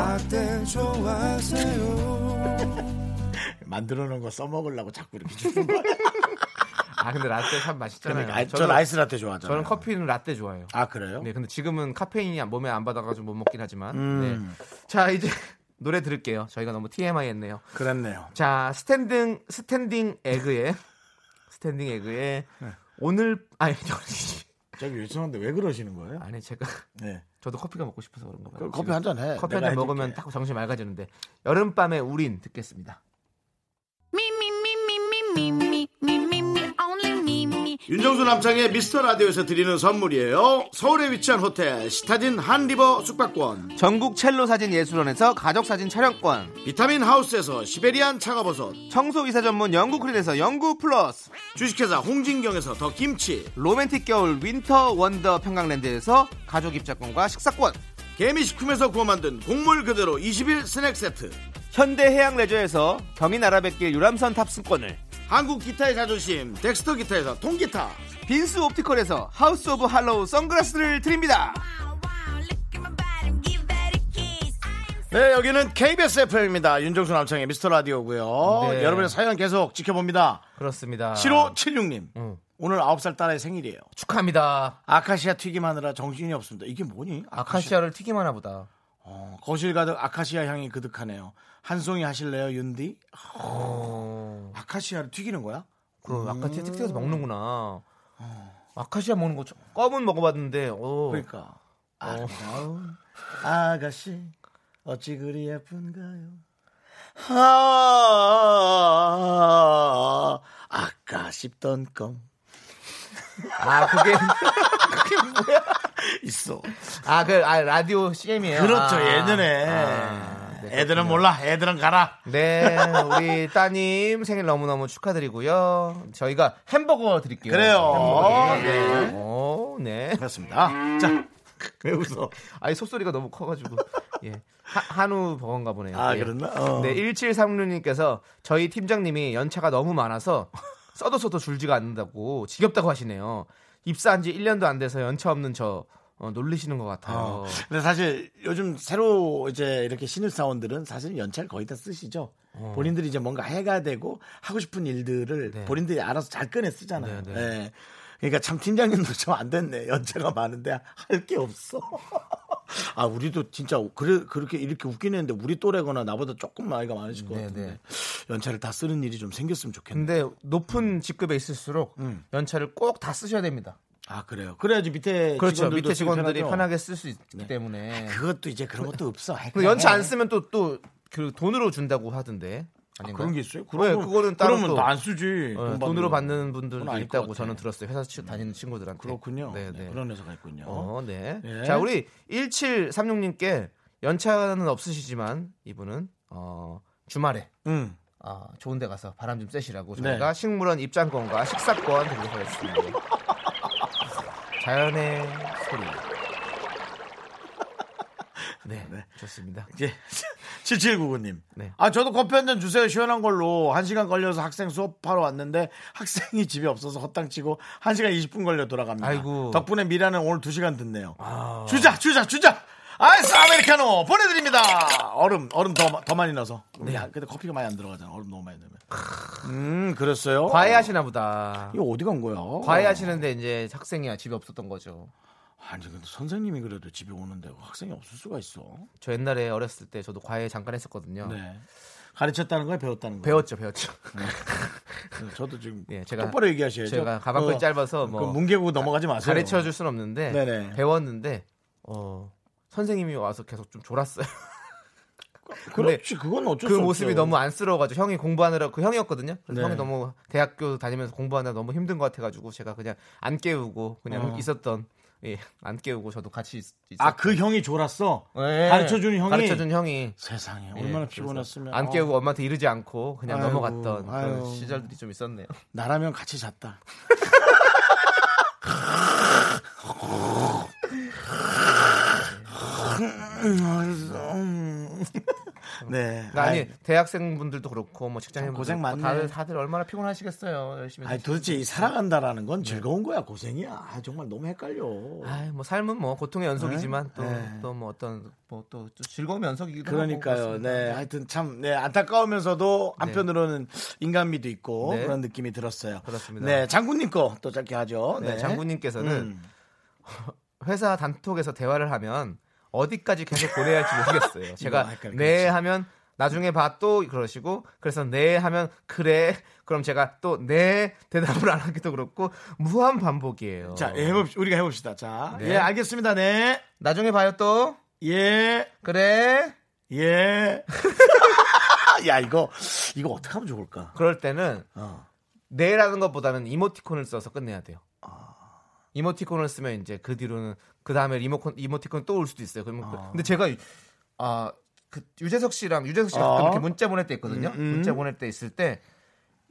S1: 만들어 놓은 거 써먹으려고 자꾸 이렇게 주는 거야.
S2: 아, 근데 라떼 참 맛있잖아요.
S1: 그러니까 아,
S2: 저는,
S1: 저는 아이스 라떼 좋아하잖아요.
S2: 저는 커피는 라떼 좋아해요.
S1: 아, 그래요?
S2: 네, 근데 지금은 카페인이 몸에 안 받아가지고 못 먹긴 하지만.
S1: 음.
S2: 네. 자, 이제 노래 들을게요. 저희가 너무 TMI 했네요.
S1: 그랬네요.
S2: 자 스탠딩 스탠딩 에그의 스탠딩 에그의
S1: 네.
S2: 오늘 아니
S1: 저기 죄송한데 왜 그러시는 거예요?
S2: 아니 제가
S1: 네.
S2: 저도 커피가 먹고 싶어서 그런가 봐요.
S1: 그럼 커피
S2: 지금
S1: 한 잔 해.
S2: 커피
S1: 내가
S2: 한잔
S1: 해줄게.
S2: 먹으면 딱 정신 맑아지는데 여름밤에 우린 듣겠습니다.
S1: 윤정수 남창의 미스터 라디오에서 드리는 선물이에요. 서울에 위치한 호텔 시타딘 한리버 숙박권,
S2: 전국 첼로 사진 예술원에서 가족 사진 촬영권,
S1: 비타민 하우스에서 시베리안 차가버섯,
S2: 청소 이사 전문 영국 크린에서 영구 플러스,
S1: 주식회사 홍진경에서 더 김치,
S2: 로맨틱 겨울 윈터 원더 평강랜드에서 가족 입자권과 식사권,
S1: 개미식품에서 구워 만든 곡물 그대로 20일 스낵 세트,
S2: 현대 해양 레저에서 경인 아라뱃길 유람선 탑승권을
S1: 한국 기타의 자존심 덱스터 기타에서 통기타,
S2: 빈스 옵티컬에서 하우스 오브 할로우 선글라스를 드립니다.
S1: 네, 여기는 KBS FM입니다. 윤정수 남창의 미스터 라디오고요.
S2: 네.
S1: 여러분의 사연 계속 지켜봅니다.
S2: 그렇습니다.
S1: 7576님.
S2: 응.
S1: 오늘 9살 딸의 생일이에요.
S2: 축하합니다.
S1: 아카시아 튀김 하느라 정신이 없습니다. 이게 뭐니?
S2: 아카시아를 튀김 하나 보다.
S1: 어, 거실 가득 아카시아 향이 그득하네요. 한 송이 하실래요, 윤디?
S2: 어,
S1: 아카시아를 튀기는 거야?
S2: 그 아카시아 특색에서 먹는구나. 아카시아 먹는 거 처- 껌은 먹어봤는데 어.
S1: 어. 그러니까 아름다운 아가씨 어찌 그리 예쁜가요? 아, 아까 씹던 껌
S2: 아 그게
S1: 있어.
S2: 아그 아, 라디오 CM이에요.
S1: 그렇죠
S2: 아,
S1: 예전에
S2: 아, 네,
S1: 애들은 뭐- 몰라 애들은 가라.
S2: 네, 우리 따님 생일 너무너무 축하드리고요. 저희가 햄버거 드릴게요.
S1: 그래요.
S2: 햄버거.
S1: 네.
S2: 오, 네.
S1: 그렇습니다. 자, 왜 웃어?
S2: 아니, 속소리가 너무 커가지고. 예. 하- 한우 버거인가 보네요.
S1: 아,
S2: 예.
S1: 그랬나? 어.
S2: 네, 1736님께서 저희 팀장님이 연차가 너무 많아서 써도 써도 줄지가 않는다고 지겹다고 하시네요. 입사한 지 1년도 안 돼서 연차 없는 저 어, 놀리시는 것 같아요.
S1: 어. 근데 사실 요즘 새로 이제 이렇게 신입 사원들은 사실 연차를 거의 다 쓰시죠.
S2: 어.
S1: 본인들이 이제 뭔가 해가 되고 하고 싶은 일들을 본인들이 알아서 잘 꺼내 쓰잖아요.
S2: 네,
S1: 네,
S2: 네.
S1: 그러니까 참 팀장님도 좀 안 됐네. 연차가 많은데 할 게 없어. 아 우리도 진짜 그래 그렇게 이렇게 웃긴 했는데 우리 또래거나 나보다 조금 나이가 많으실 것
S2: 네, 음.
S1: 같은데
S2: 네.
S1: 연차를 다 쓰는 일이 좀 생겼으면 좋겠네. 요
S2: 근데 높은 직급에 있을수록
S1: 음.
S2: 연차를 꼭 다 쓰셔야 됩니다.
S1: 아 그래요. 그래야지 밑에
S2: 그렇죠.
S1: 네, 직원들도
S2: 밑에
S1: 쓰기
S2: 직원들이
S1: 편하죠. 네. 아,
S2: 편하게 쓸 수 있기 때문에.
S1: 그것도 이제 그런 것도 없어.
S2: 근데 연차
S1: 네.
S2: 안 쓰면 또 또 그 돈으로 준다고 하던데. 아닌가요?
S1: 그런 게 있어요?
S2: 네, 그거는 따로
S1: 그러면
S2: 또-
S1: 안 쓰지.
S2: 어,
S1: 돈
S2: 돈으로
S1: 받는
S2: 받는 분들도
S1: 그건 아닐 것
S2: 있다고
S1: 같아.
S2: 저는 들었어요. 회사 치- 다니는 친구들한테.
S1: 그렇군요.
S2: 네,
S1: 네,
S2: 네.
S1: 그런 회사가 있군요.
S2: 어, 네.
S1: 예.
S2: 자, 우리 1736님께 연차는 없으시지만 이분은 어, 주말에
S1: 음.
S2: 아, 좋은 데 가서 바람 좀 쐬시라고
S1: 네.
S2: 저희가 식물원 입장권과 식사권 드리도록 하겠습니다. 자연의 소리. 네, 좋습니다.
S1: 예. 7799님.
S2: 네.
S1: 아, 저도 커피 한 잔 주세요. 시원한 걸로. 한시간 걸려서 학생 수업하러 왔는데 학생이 집에 없어서 헛땅치고 한시간 20분 걸려 돌아갑니다.
S2: 아이고. 아.
S1: 덕분에 미라는 오늘 두시간 듣네요. 주자, 주자, 주자! 아이스 아메리카노 보내드립니다! 얼음, 얼음 더, 마- 더 많이 넣어서.
S2: 네.
S1: 야, 근데 커피가 많이 안 들어가잖아. 얼음 너무 많이 넣으면. 음, 그랬어요.
S2: 과외하시나 보다.
S1: 이거 어디 간 거야?
S2: 과외하시는데 이제 학생이 집에 없었던 거죠.
S1: 아니 근데 선생님이 그래도 집에 오는데 학생이 없을 수가 있어.
S2: 저 옛날에 어렸을 때 저도 과외 잠깐 했었거든요.
S1: 네. 가르쳤다는 거야 배웠다는 거야. 네,
S2: 배웠죠, 배웠죠.
S1: 저도 지금
S2: 예, 제가-
S1: 똑바로 얘기하셔야죠.
S2: 제가 가방끈 짧아서 뭐
S1: 그 뭉개고 넘어가지 마세요.
S2: 가르쳐 줄 수는 없는데
S1: 네네.
S2: 배웠는데 어, 선생님이 와서 계속 좀 졸았어요. 근데
S1: 그렇지 그건 어쩔 수
S2: 그
S1: 없죠.
S2: 모습이 너무 안쓰러워가지고 형이 공부하느라 그 형이었거든요. 그래서
S1: 네.
S2: 형이 너무 대학교 다니면서 공부하느라 너무 힘든 것 같아가지고 제가 그냥 안 깨우고 그냥
S1: 어.
S2: 있었던 예, 안 깨우고 저도 같이 예.
S1: 아 그 형이 졸았어. 아, 가르쳐 주는 형이.
S2: 가르쳐준 형이
S1: 세상에
S2: 예,
S1: 얼마나
S2: 그래서
S1: 피곤했으면. 어.
S2: 안 깨우고 엄마한테 이르지 않고 그냥
S1: 아이고,
S2: 넘어갔던 그런
S1: 아유.
S2: 시절들이 좀 있었네요.
S1: 어, 나라면 같이 잤다. 네.
S2: 아니
S1: 아이,
S2: 대학생분들도 그렇고 뭐 직장인
S1: 고생 많네.
S2: 다들 다들 얼마나 피곤하시겠어요 열심히.
S1: 아니 도대체 이 살아간다라는 건 즐거운 거야 고생이야 아, 정말 너무 헷갈려
S2: 아이, 뭐 삶은 뭐 고통의 연속이지만
S1: 네. 네.
S2: 또 또 뭐 어떤 뭐 또 즐거움의 연속이기도 하고
S1: 그러니까요
S2: 그렇습니다.
S1: 네 하여튼 참 네 안타까우면서도 한편으로는 인간미도 있고
S2: 네.
S1: 그런 느낌이 들었어요
S2: 그렇습니다.
S1: 네 장군님 거 또 짧게 하죠
S2: 네, 장군님께서는
S1: 음.
S2: 회사 단톡에서 대화를 하면 어디까지 계속 보내야 할지 모르겠어요. 제가
S1: 아까
S2: 네
S1: 그랬지.
S2: 하면 나중에 봐 또 그러시고 그래서 네 하면 그래 그럼 제가 또 네 대답을 안 하기도 그렇고 무한 반복이에요.
S1: 자 예, 해봅시, 우리가 해봅시다 자예
S2: 어. 네.
S1: 알겠습니다
S2: 나중에 봐요 또
S1: 네예예
S2: 그래
S1: 예, 야 이거 이거 어떻게 하면 좋을까
S2: 그럴 때는
S1: 어.
S2: 네라는 것보다는 이모티콘을 써서 끝내야 돼요. 이모티콘을 쓰면 이제 그 뒤로는 그 다음에 이모콘 이모티콘 또 올 수도 있어요. 그러면 그- 근데 제가 아 그 유재석 씨랑 유재석 씨가 가끔
S1: 어.
S2: 이렇게 문자 보낼 때 있거든요. 문자 보낼 때 있을 때.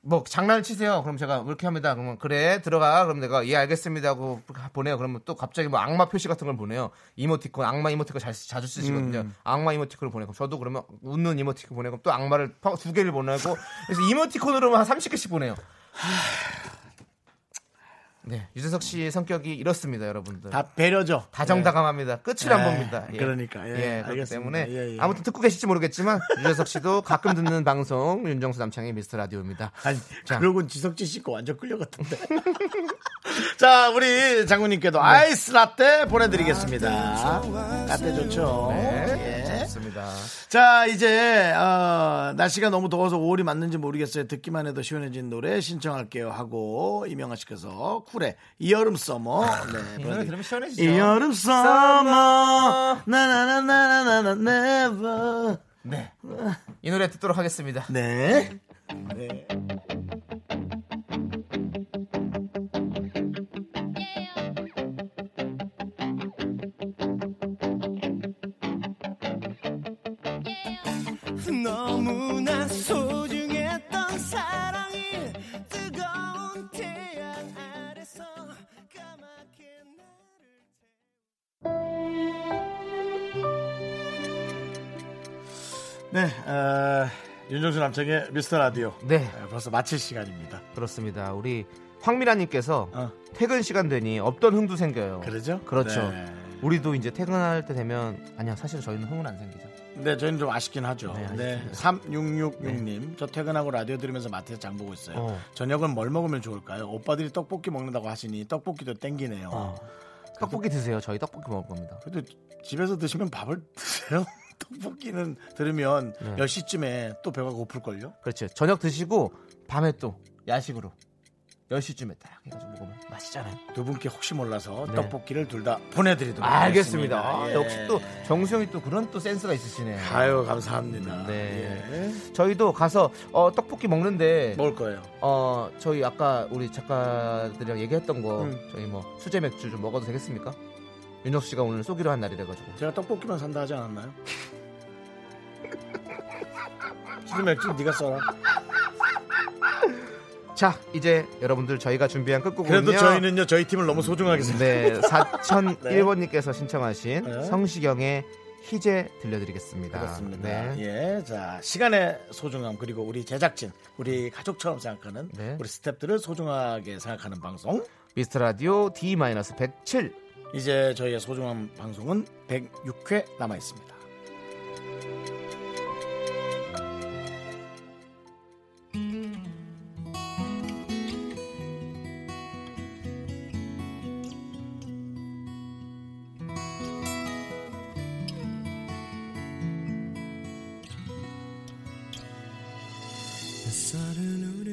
S2: 뭐 장난을 치세요. 그럼 제가 이렇게 합니다. 그러면 그래 들어가. 그럼 내가 예 알겠습니다 하고 보내요. 그러면 또 갑자기 뭐 악마 표시 같은 걸 보내요. 이모티콘 악마 이모티콘 잘, 자주 쓰시거든요.
S1: 음.
S2: 악마 이모티콘을 보내고 저도 그러면 웃는 이모티콘 보내고 또 악마를 펑- 두 개를 보내고 그래서 이모티콘으로만 한 30개씩 보내요. 네 유재석 씨 성격이 이렇습니다, 여러분들.
S1: 다 배려죠
S2: 다정다감합니다. 끝을 안
S1: 네,
S2: 봅니다.
S1: 그러니까, 예,
S2: 그렇기
S1: 알겠습니다.
S2: 때문에
S1: 예, 예.
S2: 아무튼 듣고 계실지 모르겠지만 유재석 씨도 가끔 듣는 방송 윤정수 남창의 미스터 라디오입니다.
S1: 아니,
S2: 자.
S1: 그러곤 지석진 씨거 완전 끌려갔던데. 자, 우리
S2: 네.
S1: 장군님께도 아이스 라떼 보내드리겠습니다. 라떼 좋죠.
S2: 아, 네,
S1: 예.
S2: 좋습니다. 그렇습니다.
S1: 자 이제 어, 날씨가 너무 더워서 5월이 맞는지 모르겠어요. 듣기만 해도 시원해진 노래 신청할게요 하고 이명아 씨께서 쿨의 이 여름 서머 네,
S2: 아, 이 노래
S1: 보내드릴게요.
S2: 들으면 시원해지죠.
S1: 이 여름 서머 나나나나나나 never
S2: 네. 이 노래 듣도록 하겠습니다.
S1: 네
S6: 너무나 소중했던 사랑이 뜨거운 태양 아래서 까맣게 나를
S1: 네, 어, 윤정수 남창의 미스터 라디오.
S2: 네,
S1: 네, 벌써 마칠 시간입니다.
S2: 그렇습니다. 우리 황미라님께서
S1: 어.
S2: 퇴근 시간 되니 없던 흥도 생겨요.
S1: 그러죠?
S2: 그렇죠.
S1: 네.
S2: 우리도 이제 퇴근할 때 되면 아니야 사실 저희는 흥은 안 생기죠.
S1: 네, 저희는 좀 아쉽긴 하죠.
S2: 네,
S1: 네,
S2: 아쉽습니다. 네.
S1: 3666님. 저 퇴근하고 라디오 들으면서 마트에서 장 보고 있어요.
S2: 어.
S1: 저녁은 뭘 먹으면 좋을까요? 오빠들이 떡볶이 먹는다고 하시니 떡볶이도 땡기네요.
S2: 어. 떡볶이 드세요. 저희 떡볶이 먹을 겁니다.
S1: 그래도 집에서 드시면 밥을 드세요? 떡볶이는 들으면
S2: 네.
S1: 10시쯤에 또 배가 고플걸요?
S2: 그렇죠. 저녁 드시고 밤에 또 야식으로 10시쯤에 딱 해가지고 먹으면 맛있잖아요.
S1: 두 분께 혹시 몰라서
S2: 네.
S1: 떡볶이를 둘 다 보내드리도록
S2: 알겠습니다. 아,
S1: 하겠습니다. 예.
S2: 역시 또 정수영이 또 그런 또 센스가 있으시네요.
S1: 아유, 감사합니다.
S2: 네.
S1: 예.
S2: 저희도 가서 어, 떡볶이 먹는데
S1: 먹을 거예요.
S2: 어 저희 아까 우리 작가들이랑 얘기했던 거
S1: 음.
S2: 저희 뭐 수제 맥주 좀 먹어도 되겠습니까? 윤혁 씨가 오늘 쏘기로 한 날이라 가지고
S1: 제가 떡볶이만 산다 하지 않았나요? 지금 맥주 네가 써라.
S2: 자 이제 여러분들 저희가 준비한 끝곡은요.
S1: 그래도 저희는요 저희 팀을 너무 소중하게 생각.
S2: 네 4001번님께서 신청하신
S1: 네.
S2: 성시경의 희재 들려드리겠습니다.
S1: 음, 그렇습니다.
S2: 네.
S1: 예, 자 시간의 소중함 그리고 우리 제작진, 우리 가족처럼 생각하는
S2: 네.
S1: 우리 스태프들을 소중하게 생각하는 방송.
S2: 미스터 라디오 D-107
S1: 이제 저희의 소중한 방송은 106회 남아 있습니다.
S6: 햇살은